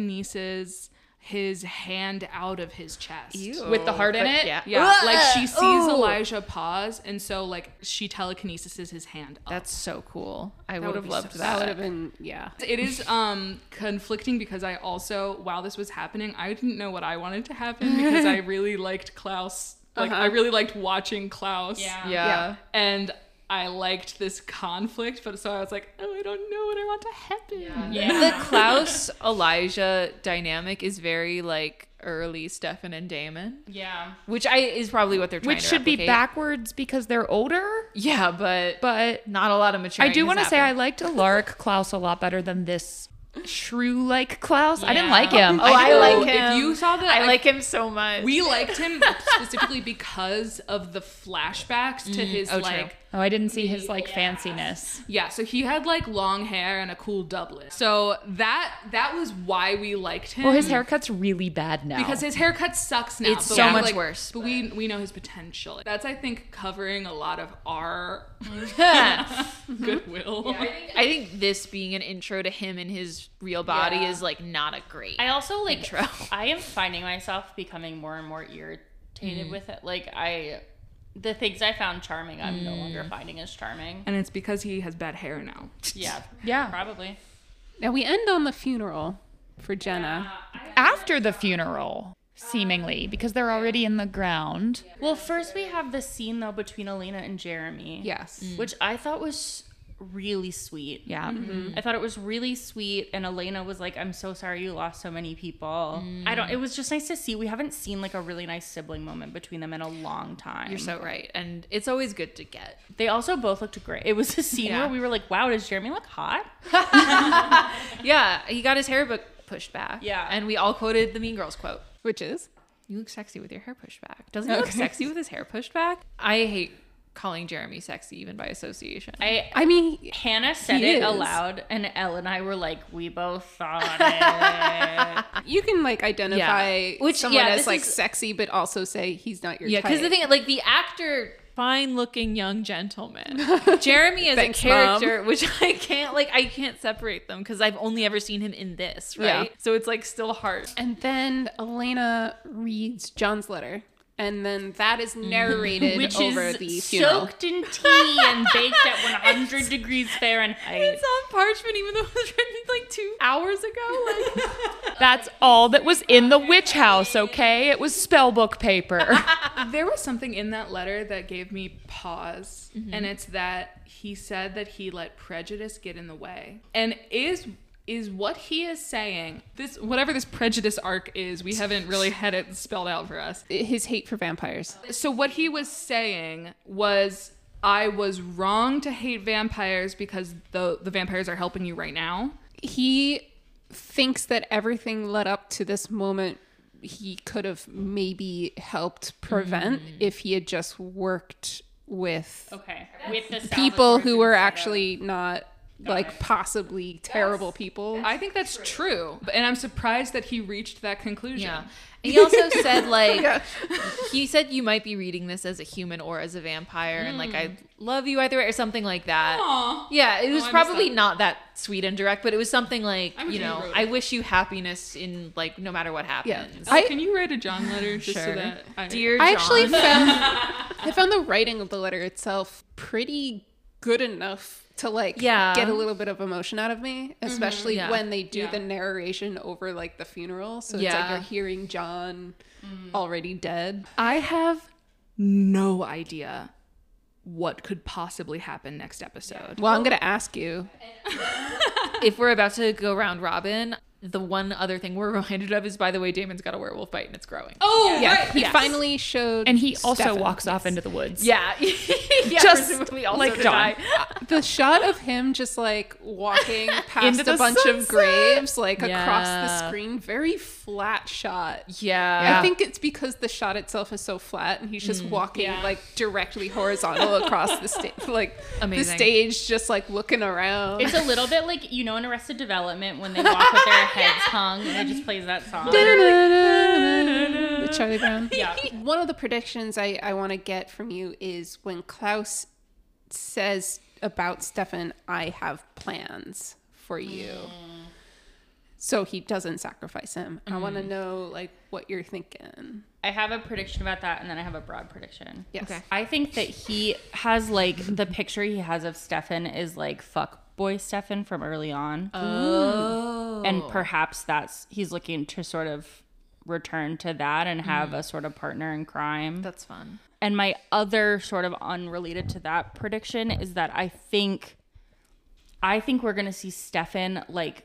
Speaker 6: telekinesis his hand out of his chest?
Speaker 5: With the heart in it.
Speaker 3: Yeah,
Speaker 6: Yeah, like she sees Elijah pause, and so like she telekinesis his hand up.
Speaker 3: that's so cool. I would have
Speaker 6: be
Speaker 3: loved
Speaker 6: so
Speaker 3: that.
Speaker 1: That would have been, yeah.
Speaker 6: It is um conflicting because I also while this was happening, I didn't know what I wanted to happen
Speaker 3: <laughs>
Speaker 6: because I really liked Klaus. Like I really liked watching Klaus.
Speaker 4: Yeah.
Speaker 3: Uh-huh. yeah.
Speaker 6: And I liked this conflict, but so I was like, oh, I don't know what I want to happen.
Speaker 3: the Klaus Elijah dynamic is very like early Stefan and Damon,
Speaker 4: Yeah.
Speaker 3: which I is probably what they're trying
Speaker 5: Which
Speaker 3: to
Speaker 5: should be
Speaker 3: replicate.
Speaker 5: backwards because they're older.
Speaker 3: Yeah, but
Speaker 5: But
Speaker 3: not a lot of maturity.
Speaker 5: I do want to say I liked Alaric Klaus a lot better than this shrew like Klaus. I didn't
Speaker 4: Yeah.
Speaker 5: like him.
Speaker 3: Oh, I,
Speaker 6: know.
Speaker 3: like
Speaker 6: If
Speaker 3: him.
Speaker 6: you saw the-
Speaker 3: I
Speaker 6: I-
Speaker 3: like him so much. <laughs>
Speaker 6: We liked him specifically because of the flashbacks to his
Speaker 3: oh, true.
Speaker 6: like
Speaker 5: Oh, I didn't see his like fanciness.
Speaker 6: Yeah, so he had like long hair and a cool doublet. So that that was why we liked him.
Speaker 5: Well, his haircut's really bad now.
Speaker 6: because his haircut sucks now.
Speaker 3: It's
Speaker 6: but
Speaker 3: so
Speaker 6: we,
Speaker 3: much
Speaker 6: like-
Speaker 3: worse,
Speaker 6: But, we we know his potential. That's I think covering a lot of
Speaker 3: <laughs>
Speaker 6: our goodwill.
Speaker 3: I think this being an intro to him and his real body
Speaker 4: Yeah.
Speaker 3: is like not a great.
Speaker 4: I also like.
Speaker 3: Intro.
Speaker 4: <laughs> I am finding myself becoming more and more irritated
Speaker 3: Mm.
Speaker 4: with it. Like I, the things I found charming, I'm no longer
Speaker 3: Mm.
Speaker 4: finding as charming.
Speaker 6: And it's because he has bad hair now.
Speaker 4: Yeah.
Speaker 5: yeah.
Speaker 4: Probably.
Speaker 1: Now we end on the funeral for Jenna.
Speaker 5: After the funeral, seemingly, because they're already in the ground.
Speaker 4: Well, first we have the scene though between Elena and Jeremy,
Speaker 3: Mm.
Speaker 1: Yes.
Speaker 4: which I thought was really sweet.
Speaker 5: Yeah.
Speaker 4: I thought it was really sweet. And Elena was like, I'm so sorry you lost so many people. I
Speaker 3: Mm.
Speaker 4: don't, it was just nice to see. We haven't seen like a really nice sibling moment between them in a long time.
Speaker 3: You're so right. And it's always good to get.
Speaker 4: they also both looked great. It was a scene
Speaker 3: Yeah.
Speaker 4: where we were like, wow, does Jeremy look hot?
Speaker 3: Yeah, he got his hair bu- pushed back.
Speaker 4: Yeah.
Speaker 3: And we all quoted the Mean Girls quote.
Speaker 1: Which is
Speaker 3: You look sexy with your hair pushed back. Doesn't he look sexy with his hair pushed back? I hate calling Jeremy sexy even by association.
Speaker 4: I,
Speaker 1: I mean
Speaker 4: Hannah said
Speaker 1: He
Speaker 4: it
Speaker 1: is.
Speaker 4: aloud, and Elle and I were like, we both
Speaker 1: <laughs>
Speaker 4: thought it.
Speaker 1: you can like identify
Speaker 3: Which,
Speaker 1: someone
Speaker 3: yeah,
Speaker 1: as
Speaker 3: this
Speaker 1: like
Speaker 3: is-
Speaker 1: sexy but also say he's not your
Speaker 3: yeah,
Speaker 1: type.
Speaker 3: because the thing, like the actor, fine looking young <laughs> gentleman. Jeremy as
Speaker 1: Thanks,
Speaker 3: a character, which <laughs> I can't like, I can't separate them because I've only ever seen him in this,
Speaker 1: Yeah.
Speaker 3: right? So it's like still hard.
Speaker 1: And then Elena reads John's letter. And then that is narrated
Speaker 4: Which
Speaker 1: over
Speaker 4: is
Speaker 1: the funeral.
Speaker 4: soaked in tea and baked at 100 degrees Fahrenheit.
Speaker 3: It's on parchment, even though it was written like two hours ago. <laughs>
Speaker 5: That's all that was in the witch house, okay? It was spellbook paper.
Speaker 6: There was something in that letter that gave me pause, and it's that he said that he let prejudice get in the way. And is is what he is saying this whatever this prejudice arc is, we haven't really had it spelled out for us.
Speaker 1: His hate for vampires.
Speaker 6: So what he was saying was I was wrong to hate vampires because the the vampires are helping you right now.
Speaker 1: He thinks that everything led up to this moment he could have maybe helped prevent if he had just worked with
Speaker 4: Mm. Okay. With the
Speaker 1: people who were actually not like possibly terrible people.
Speaker 6: <laughs> I think that's true. And I'm surprised that he reached that conclusion.
Speaker 3: yeah. And <laughs> he also said like he said you might be reading this as a human or as a vampire and like I love you either way or something like that. Yeah, it was
Speaker 6: missed
Speaker 3: probably
Speaker 6: that.
Speaker 3: not Oh, that sweet and direct, but it was something like,
Speaker 6: I'm
Speaker 3: you
Speaker 6: glad you
Speaker 3: know,
Speaker 6: wrote
Speaker 3: I
Speaker 6: it.
Speaker 3: wish you happiness in like no matter what happens.
Speaker 1: I-
Speaker 6: Can you write a John letter just so
Speaker 3: Sure.
Speaker 6: that I,
Speaker 3: Dear
Speaker 1: I
Speaker 3: John.
Speaker 1: actually found
Speaker 6: <laughs>
Speaker 1: I found the writing of the letter itself pretty good enough to like
Speaker 3: Yeah.
Speaker 1: get a little bit of emotion out of me,
Speaker 6: Mm-hmm.
Speaker 1: especially
Speaker 3: Yeah.
Speaker 1: when they do the narration over like the funeral. So it's like
Speaker 3: Yeah.
Speaker 1: you're hearing John already dead.
Speaker 6: Mm. I have no idea what could possibly happen next episode.
Speaker 1: Well, I'm gonna ask you.
Speaker 3: if we're about to go round robin, the one other thing we're <laughs> reminded of is by the way Damon's got a werewolf bite and it's growing. Oh
Speaker 1: yeah, he finally showed,
Speaker 5: and he also
Speaker 1: Stefan.
Speaker 5: walks off into the woods.
Speaker 3: yeah. yeah
Speaker 5: Just
Speaker 3: presumably also
Speaker 5: like
Speaker 3: to
Speaker 5: John.
Speaker 3: die.
Speaker 1: The shot of him just like walking past
Speaker 5: Into
Speaker 1: a
Speaker 5: the
Speaker 1: bunch of
Speaker 5: sunset.
Speaker 1: graves, like across the
Speaker 3: Yeah.
Speaker 1: screen, very flat shot.
Speaker 3: <laughs> Yeah.
Speaker 1: I think it's because the shot itself is so flat and he's just walking like directly horizontal across the stage, like the
Speaker 3: Amazing.
Speaker 1: stage, just like looking around. <laughs>
Speaker 4: It's a little bit like <laughs> you know in Arrested Development when they walk with their heads hung and it just plays that song.
Speaker 1: the Charlie Brown.
Speaker 4: Yeah.
Speaker 1: One of the predictions I, I want to get from you is when Klaus says about Stefan, I have plans for you. So he doesn't sacrifice him. I want to know like what you're thinking.
Speaker 4: I have a prediction about that, and then I have a broad prediction.
Speaker 1: Yes.
Speaker 4: I think that he has like the picture he has of Stefan is like fuck boy Stefan from early on. Oh. And perhaps that's he's looking to sort of return to that and have a sort of partner in crime.
Speaker 3: That's fun.
Speaker 4: And my other sort of unrelated to that prediction is that I think I think we're gonna see Stefan like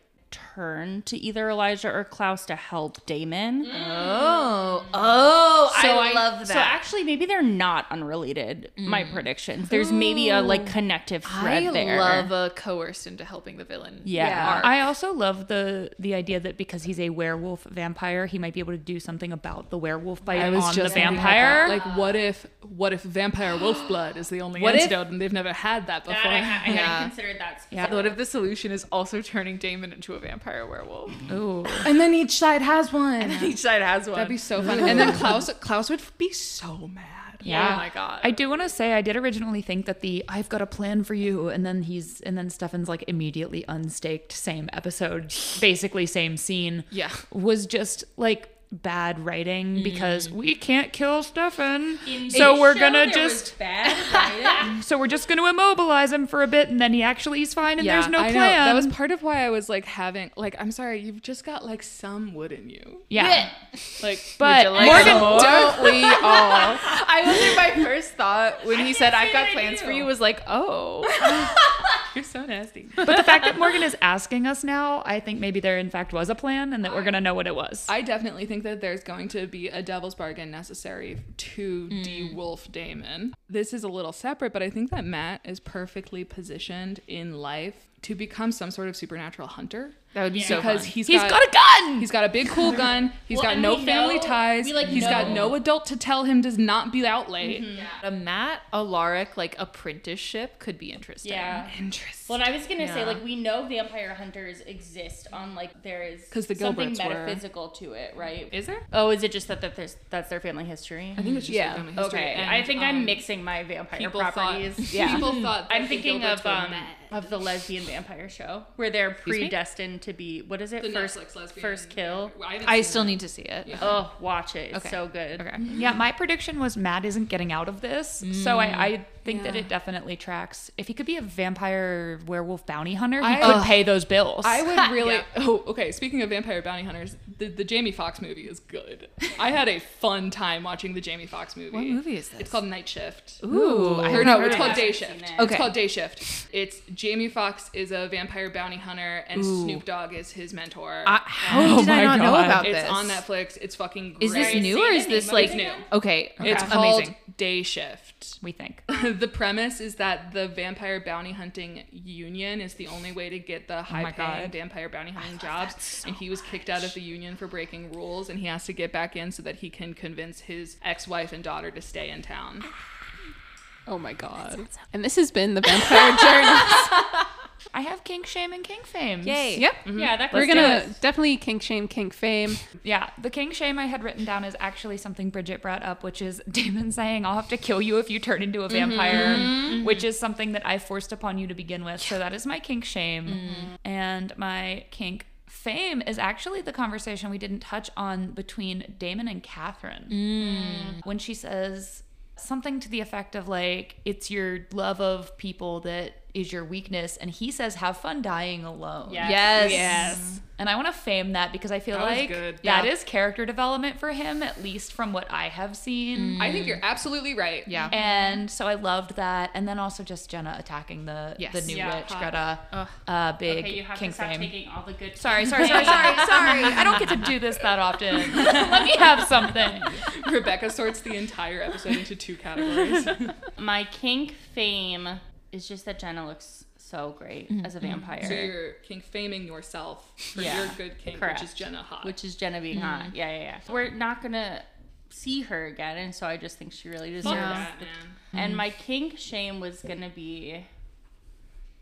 Speaker 4: turn to either Elijah or Klaus to help Damon.
Speaker 3: Oh, oh, I, love
Speaker 4: So
Speaker 3: that.
Speaker 4: actually maybe they're not unrelated, my
Speaker 6: Mm.
Speaker 4: predictions. There's maybe a like connective thread
Speaker 3: I
Speaker 4: there.
Speaker 3: love a coerced into helping the villain.
Speaker 4: yeah.
Speaker 5: I also love the the idea that because he's a werewolf vampire, he might be able to do something about the werewolf bite on the
Speaker 6: thinking about
Speaker 5: vampire.
Speaker 6: that.
Speaker 4: <laughs>
Speaker 6: Like, what if, what if vampire wolf blood is the only
Speaker 3: What if-
Speaker 6: antidote, and they've never had that <laughs> before?
Speaker 3: Yeah.
Speaker 4: considered that
Speaker 3: What if the solution is also turning Damon into a vampire werewolf?
Speaker 5: Ooh.
Speaker 6: and then each side has one.
Speaker 3: Each side has one.
Speaker 6: That'd be so fun. And then Klaus, Klaus would be so mad.
Speaker 5: Yeah.
Speaker 3: Oh my god.
Speaker 5: I do want to say I did originally think that the I've got a plan for you and then he's and then Stefan's like immediately unstaked same episode basically same scene
Speaker 3: Yeah.
Speaker 5: was just like bad writing because we can't kill Stefan so we're going to just <laughs> so we're just going to immobilize him for a bit and then he actually is fine and
Speaker 3: Yeah,
Speaker 5: there's no
Speaker 6: I
Speaker 5: plan.
Speaker 6: know. That was part of why I was like having, like, I'm sorry, you've just got like some wood in you.
Speaker 5: yeah.
Speaker 6: Like,
Speaker 5: But
Speaker 3: like
Speaker 5: Morgan
Speaker 3: some more?
Speaker 6: <laughs>
Speaker 5: don't
Speaker 3: we all. <laughs> I was my first thought when he said I've got plans for you was like, oh. <laughs>
Speaker 6: You're so nasty.
Speaker 5: But the fact that Morgan is asking us now, I think maybe there in fact was a plan and that we're gonna know what it was.
Speaker 6: I definitely think that there's going to be a devil's bargain necessary to de-wolf Damon. This is a little separate, but I think that Matt is perfectly positioned in life to become some sort of supernatural hunter.
Speaker 5: That would be so
Speaker 6: because
Speaker 5: fun.
Speaker 6: he's
Speaker 5: he's
Speaker 6: got-
Speaker 5: got a gun.
Speaker 6: He's got a big cool gun. He's
Speaker 4: Well,
Speaker 6: got
Speaker 4: and
Speaker 6: no
Speaker 4: we
Speaker 6: family
Speaker 4: know-
Speaker 6: ties.
Speaker 4: we,
Speaker 6: He's
Speaker 4: like,
Speaker 6: got
Speaker 4: know-
Speaker 6: no adult to tell him does not be out late.
Speaker 3: A Matt Alaric like apprenticeship could be interesting.
Speaker 4: Yeah.
Speaker 6: Interesting.
Speaker 4: Well, and I was gonna say, like, we know vampire hunters exist on like there is
Speaker 6: 'Cause the
Speaker 4: something
Speaker 6: Gilberts were.
Speaker 4: metaphysical to it, right?
Speaker 6: Is there?
Speaker 4: oh, is it just that, that there's that's their family history?
Speaker 6: I think it's just
Speaker 14: Yeah.
Speaker 6: yeah. family history.
Speaker 4: Okay,
Speaker 6: and,
Speaker 4: I think I'm
Speaker 6: um,
Speaker 4: mixing my vampire
Speaker 6: people thought-
Speaker 4: properties.
Speaker 6: <laughs> People thought that
Speaker 4: I'm
Speaker 6: the
Speaker 4: thinking
Speaker 6: Gilberts
Speaker 4: of
Speaker 6: were
Speaker 4: um,
Speaker 6: mad.
Speaker 4: of the lesbian vampire show where they're predestined to be what is it
Speaker 6: The
Speaker 4: first
Speaker 6: Netflix lesbian
Speaker 4: first kill.
Speaker 6: haven't
Speaker 3: I
Speaker 6: seen
Speaker 3: still
Speaker 6: that.
Speaker 3: need to see it.
Speaker 4: Oh, watch it! It's
Speaker 3: Okay.
Speaker 4: so good.
Speaker 3: Okay.
Speaker 5: Yeah, my prediction was Matt isn't getting out of this. So I, I think that it definitely tracks. If he could be a vampire werewolf bounty hunter, he
Speaker 6: I-
Speaker 5: could
Speaker 6: Ugh.
Speaker 5: pay those bills.
Speaker 6: I
Speaker 3: <laughs>
Speaker 6: would really. Oh, okay. Speaking of vampire bounty hunters, the, the Jamie Foxx movie is good. I had a fun time watching the Jamie Foxx movie. What
Speaker 3: movie is this?
Speaker 6: It's called Night Shift.
Speaker 5: Ooh, I
Speaker 6: Or
Speaker 5: heard
Speaker 6: no, it's
Speaker 5: of
Speaker 6: called
Speaker 5: it.
Speaker 6: Day Shift.
Speaker 4: seen it.
Speaker 6: It's called Day Shift. It's Jamie Foxx is a vampire bounty hunter, and Snoop Dogg is his mentor.
Speaker 3: I, how Oh did I
Speaker 5: my
Speaker 3: not know
Speaker 5: God.
Speaker 3: about
Speaker 6: it's
Speaker 3: this?
Speaker 6: on Netflix. It's fucking great.
Speaker 3: Is this new or is this like
Speaker 6: new?
Speaker 3: Okay, okay.
Speaker 6: It's called
Speaker 3: amazing.
Speaker 6: Day Shift.
Speaker 5: We think.
Speaker 6: <laughs> the premise is that the vampire bounty hunting union is the only way to get the
Speaker 4: Oh
Speaker 6: high paying vampire bounty hunting jobs. and he was kicked out of the union for breaking rules and he has to get back in so that he can convince his ex wife and daughter to stay in town.
Speaker 1: Oh my god. And this has been the Vampire Journey.
Speaker 5: I have kink shame and kink fame.
Speaker 3: Yay. Mm-hmm.
Speaker 1: yep.
Speaker 4: Yeah, that
Speaker 1: We're
Speaker 4: could-
Speaker 1: gonna definitely kink shame, kink fame.
Speaker 5: Yeah, the kink shame I had written down is actually something Bridget brought up, which is <laughs> Damon saying, I'll have to kill you if you turn into a vampire, which is something that I forced upon you to begin with. So that is my kink shame. And my kink fame is actually the conversation we didn't touch on between Damon and Catherine when she says something to the effect of like it's your love of people that is your weakness and he says have fun dying alone
Speaker 4: Yes.
Speaker 3: Yes.
Speaker 4: Yes.
Speaker 5: Mm-hmm. and i want to fame that because i feel
Speaker 6: That was
Speaker 5: like
Speaker 6: good.
Speaker 3: Yeah.
Speaker 5: that is character development for him at least from what i have seen
Speaker 4: Mm,
Speaker 6: I think you're absolutely right.
Speaker 3: Yeah.
Speaker 5: and so i loved that and then also just jenna attacking the
Speaker 3: Yes.
Speaker 5: the new
Speaker 4: Yeah,
Speaker 5: witch
Speaker 4: hot.
Speaker 5: greta uh big
Speaker 4: Okay, you have
Speaker 5: king
Speaker 4: to stop
Speaker 5: fame
Speaker 4: taking all the good. <laughs>
Speaker 5: Sorry, sorry, sorry, sorry, sorry. I don't get to do this that often. <laughs> Let me have something.
Speaker 6: <laughs> Rebecca sorts the entire episode into two
Speaker 4: <laughs>
Speaker 6: categories.
Speaker 4: My kink fame is just that Jenna looks so great
Speaker 5: Mm-hmm.
Speaker 4: as a vampire,
Speaker 6: so you're kink faming yourself for
Speaker 4: Yeah.
Speaker 6: your good kink,
Speaker 4: Correct.
Speaker 6: which is Jenna Hot.
Speaker 4: which is Jenna being
Speaker 5: Mm-hmm.
Speaker 4: hot. Yeah, yeah, yeah. We're not gonna see her again, and so I just think she really deserves.
Speaker 6: Fuck
Speaker 4: it.
Speaker 6: that, man.
Speaker 5: Mm-hmm.
Speaker 4: And my kink shame was gonna be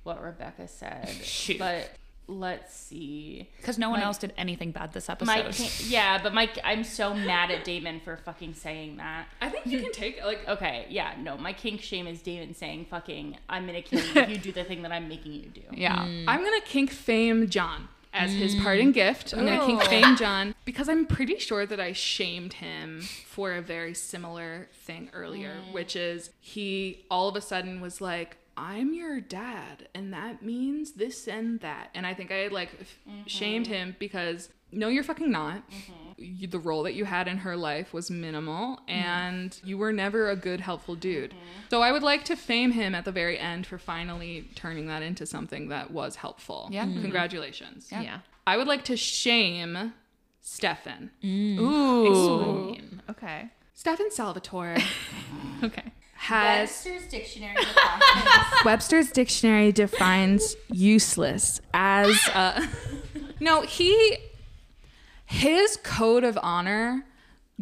Speaker 4: what Rebecca said,
Speaker 5: <laughs> Shoot.
Speaker 4: but let's see.
Speaker 5: Because no one
Speaker 4: My-
Speaker 5: else did anything bad this episode.
Speaker 4: My kink, yeah, but my I'm so mad at Damon for fucking saying that.
Speaker 6: I think you can take like
Speaker 4: Okay, yeah, no, my kink shame is Damon saying fucking I'm gonna kill you if you do the thing that I'm making you do.
Speaker 5: <laughs>
Speaker 6: Yeah. I'm going to kink fame John as his parting gift. I'm going to kink fame John because I'm pretty sure that I shamed him for a very similar thing earlier, which is he all of a sudden was like, I'm your dad, and that means this and that. And I think I had like f- shamed him because no, you're fucking not. You, the role that you had in her life was minimal, and you were never a good, helpful dude. So I would like to fame him at the very end for finally turning that into something that was helpful.
Speaker 5: Yeah. Mhm.
Speaker 6: Congratulations.
Speaker 3: Yeah.
Speaker 6: I would like to shame Stefan.
Speaker 5: Ooh.
Speaker 3: Okay.
Speaker 6: Stefan Salvatore
Speaker 5: Okay.
Speaker 6: has
Speaker 4: Webster's dictionary.
Speaker 6: <laughs> Webster's dictionary defines useless as uh, no he his code of honor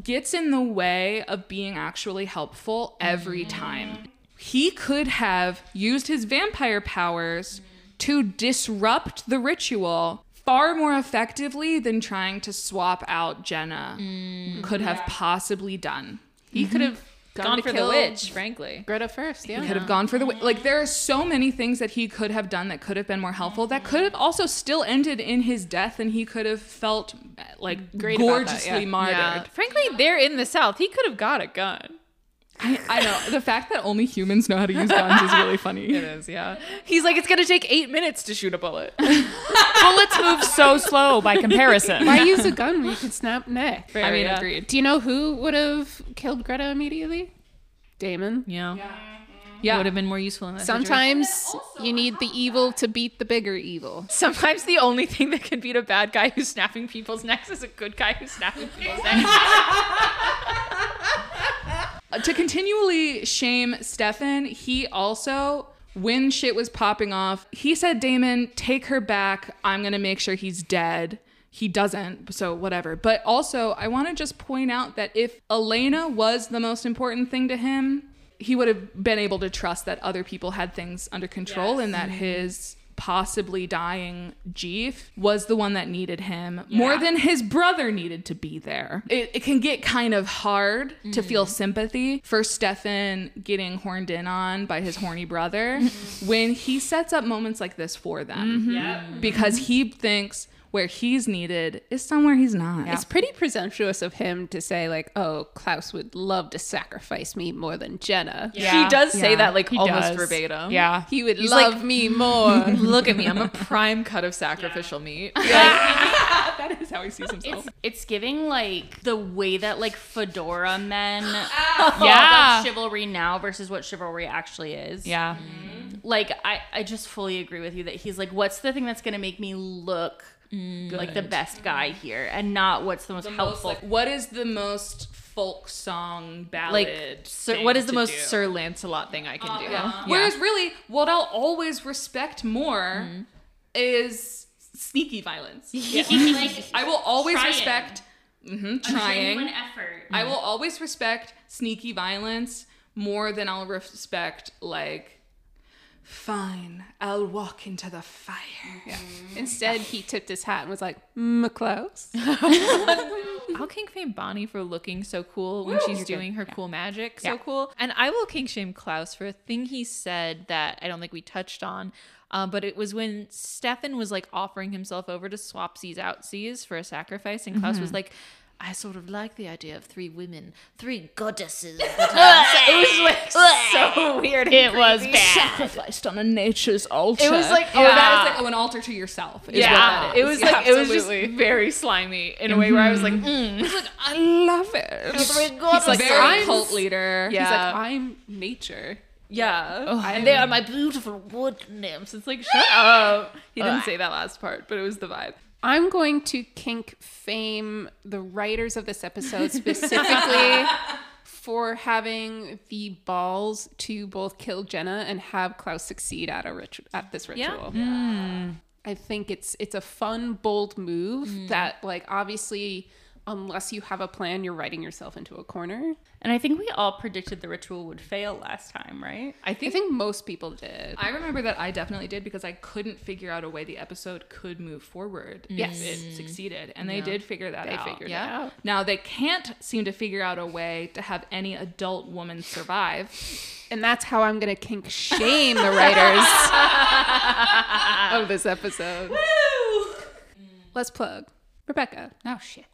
Speaker 6: gets in the way of being actually helpful every
Speaker 4: Mm.
Speaker 6: time. He could have used his vampire powers to disrupt the ritual far more effectively than trying to swap out Jenna
Speaker 4: Mm.
Speaker 6: could have possibly done. He could have gone,
Speaker 3: Gone
Speaker 6: to
Speaker 3: for
Speaker 6: kill
Speaker 3: the witch, frankly.
Speaker 1: Greta first,
Speaker 6: <laughs>
Speaker 1: yeah.
Speaker 6: he could have gone for the wi- like there are so many things that he could have done that could have been more helpful that could have also still ended in his death and he could have felt like
Speaker 1: Great about that,
Speaker 6: gorgeously
Speaker 1: yeah.
Speaker 6: martyred
Speaker 3: Frankly, they're in the South. He could have got a gun.
Speaker 6: I, I know the fact that only humans know how to use guns is really
Speaker 1: <laughs>
Speaker 6: funny
Speaker 3: It is, yeah. <laughs> He's like, it's gonna take eight minutes to shoot a <laughs> bullet.
Speaker 5: Bullets move so Oh, slow by
Speaker 4: <laughs>
Speaker 5: comparison.
Speaker 1: Why use a gun when you could snap neck?
Speaker 6: i mean
Speaker 3: yeah.
Speaker 6: agreed
Speaker 1: Do you know who would have killed Greta immediately? Damon.
Speaker 3: Yeah.
Speaker 6: Yeah.
Speaker 3: would have been more useful in that
Speaker 1: Sometimes you need the evil to beat the bigger evil.
Speaker 3: Sometimes the only thing that can beat a bad guy who's snapping people's necks is a good guy who's snapping people's necks.
Speaker 6: to continually shame Stefan, he also, when shit was popping off, he said, Damon, take her back. I'm going to make sure he's dead. He doesn't, so whatever. But also, I want to just point out that if Elena was the most important thing to him, he would have been able to trust that other people had things under control and that his possibly dying Jeef was the one that needed him more than his brother needed to be there. It, it can get kind of hard to feel sympathy for Stefan getting horned in on by his horny brother when he sets up moments like this for them because he thinks where he's needed is somewhere he's not.
Speaker 1: It's pretty presumptuous of him to say like, "Oh, Klaus would love to sacrifice me more than Jenna.
Speaker 3: He does say
Speaker 5: <laughs> Yeah.
Speaker 3: that like
Speaker 5: He
Speaker 3: almost
Speaker 5: does.
Speaker 3: verbatim.
Speaker 5: Yeah.
Speaker 1: He would
Speaker 3: <laughs>
Speaker 1: love me more."
Speaker 3: Look at me, I'm a
Speaker 5: <laughs>
Speaker 3: prime cut of sacrificial meat.
Speaker 6: That is how he sees himself.
Speaker 4: It's giving like the way that like fedora <gasps> men
Speaker 5: Yeah.
Speaker 4: yeah chivalry now versus what chivalry actually is.
Speaker 5: Yeah.
Speaker 4: Like I, I just fully agree with you that he's like, what's the thing that's gonna make me look like the best guy here and not what's Mm-hmm. the most helpful.
Speaker 6: what is the most folk song ballad?
Speaker 3: Like, Sir,
Speaker 6: thing
Speaker 3: what is the
Speaker 6: to
Speaker 3: most
Speaker 6: do?
Speaker 3: Sir Lancelot thing I can
Speaker 1: Oh,
Speaker 3: do?
Speaker 4: <laughs>
Speaker 6: Whereas really, what I'll always respect more is sneaky violence. I will always
Speaker 4: Trying.
Speaker 6: respect mhm, trying.
Speaker 4: effort.
Speaker 6: I will always respect sneaky violence more than I'll respect like fine, I'll walk into the fire.
Speaker 1: Instead, he tipped his hat and was like, "Mm, Klaus."
Speaker 3: I'll king shame Bonnie for looking so cool when she's doing her cool magic so cool. And I will king shame Klaus for a thing he said that I don't think we touched on. Um, but it was when Stefan was like offering himself over to swapsies outsies for a sacrifice, and Klaus
Speaker 6: Mm-hmm.
Speaker 3: was like, I sort of like the idea of three women, three
Speaker 6: <laughs>
Speaker 3: goddesses. it was like so weird. and
Speaker 15: It was
Speaker 3: creepy.
Speaker 15: sacrificed on a nature's altar.
Speaker 3: It was like,
Speaker 6: Oh, that is
Speaker 3: yeah.
Speaker 6: like oh, an altar to yourself. Is
Speaker 3: Yeah,
Speaker 6: what that is.
Speaker 3: it was like it was
Speaker 6: Absolutely. Mm-hmm.
Speaker 3: just very slimy in a way where I was like, mm.
Speaker 6: I love it.
Speaker 3: He's like,
Speaker 6: Very
Speaker 3: "I'm-
Speaker 6: cult leader.
Speaker 3: Yeah.
Speaker 1: He's like, "I'm nature."
Speaker 3: Yeah. and they are er my beautiful wood nymphs. It's like, shut up. He didn't say that last part, but it was the vibe.
Speaker 1: I'm going to kink fame the writers of this episode specifically for having the balls to both kill Jenna and have Klaus succeed at a rit- at this ritual. Hmm. I think it's it's a fun bold move that like obviously unless you have a plan you're writing yourself into a corner.
Speaker 4: And I think we all predicted the ritual would fail last time, right?
Speaker 1: I think, I think most people did.
Speaker 6: I remember that I definitely did because I couldn't figure out a way the episode could move forward. Yes. It succeeded. And they did figure that
Speaker 1: They
Speaker 6: out.
Speaker 1: figured
Speaker 3: Yeah.
Speaker 1: it out.
Speaker 6: Now they can't seem to figure out a way to have any adult woman survive.
Speaker 1: And that's how I'm going to kink shame the writers of this episode. Let's plug Rebecca.
Speaker 5: Oh shit.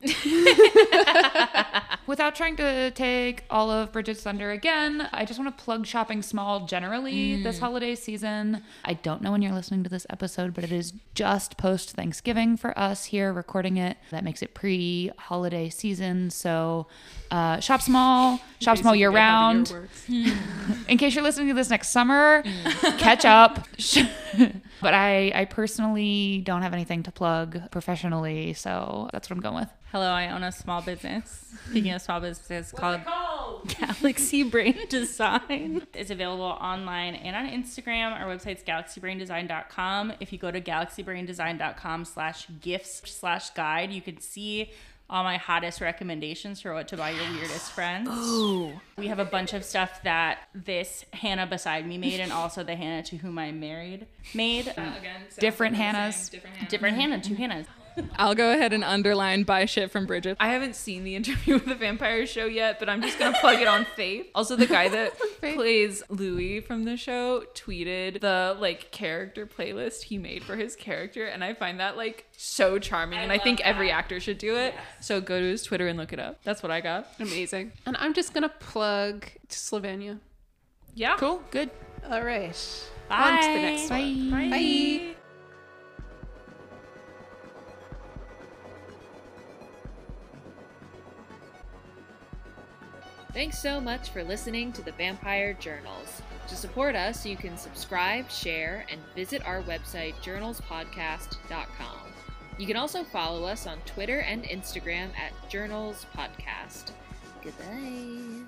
Speaker 5: Without trying to take all of Bridget's thunder again, I just want to plug shopping small generally this holiday season. I don't know when you're listening to this episode, but it is just post Thanksgiving for us here recording it. That makes it pre holiday season. So uh, shop small, shop small year round. <laughs> in case you're listening to this next summer, catch up. but I, I personally don't have anything to plug professionally, so that's what I'm going with.
Speaker 4: Hello, I own a small business. Speaking of small businesses, called, <laughs> Galaxy Brain Design. It's available online and on Instagram. Our website's galaxybraindesign.com. If you go to galaxybraindesign.com slash gifts slash guide, you can see all my hottest recommendations for what to buy your weirdest friends. We have a bunch of stuff that this Hannah beside me made and also the Hannah to whom I'm married made.
Speaker 5: Different Hannah's.
Speaker 4: Different Hannah, two Hannahs.
Speaker 6: I'll go ahead and underline buy shit from Bridget.
Speaker 3: I haven't seen the interview with the vampire show yet, but I'm just gonna plug it on <laughs> Faith. Also, the guy <laughs> that plays Louis from the show tweeted the like character playlist he made for his character, and I find that like so charming, and I think every actor should do it. So go to his Twitter and look it up. That's what I got.
Speaker 1: Amazing. And I'm just going to plug Slovenia.
Speaker 3: Yeah, cool.
Speaker 1: All right.
Speaker 4: Bye.
Speaker 1: On to the next one. Bye. Bye.
Speaker 3: Thanks so much for listening to the Vampire Journals. To support us, you can subscribe, share, and visit our website, journalspodcast.com. You can also follow us on Twitter and Instagram at Journals Podcast. Goodbye.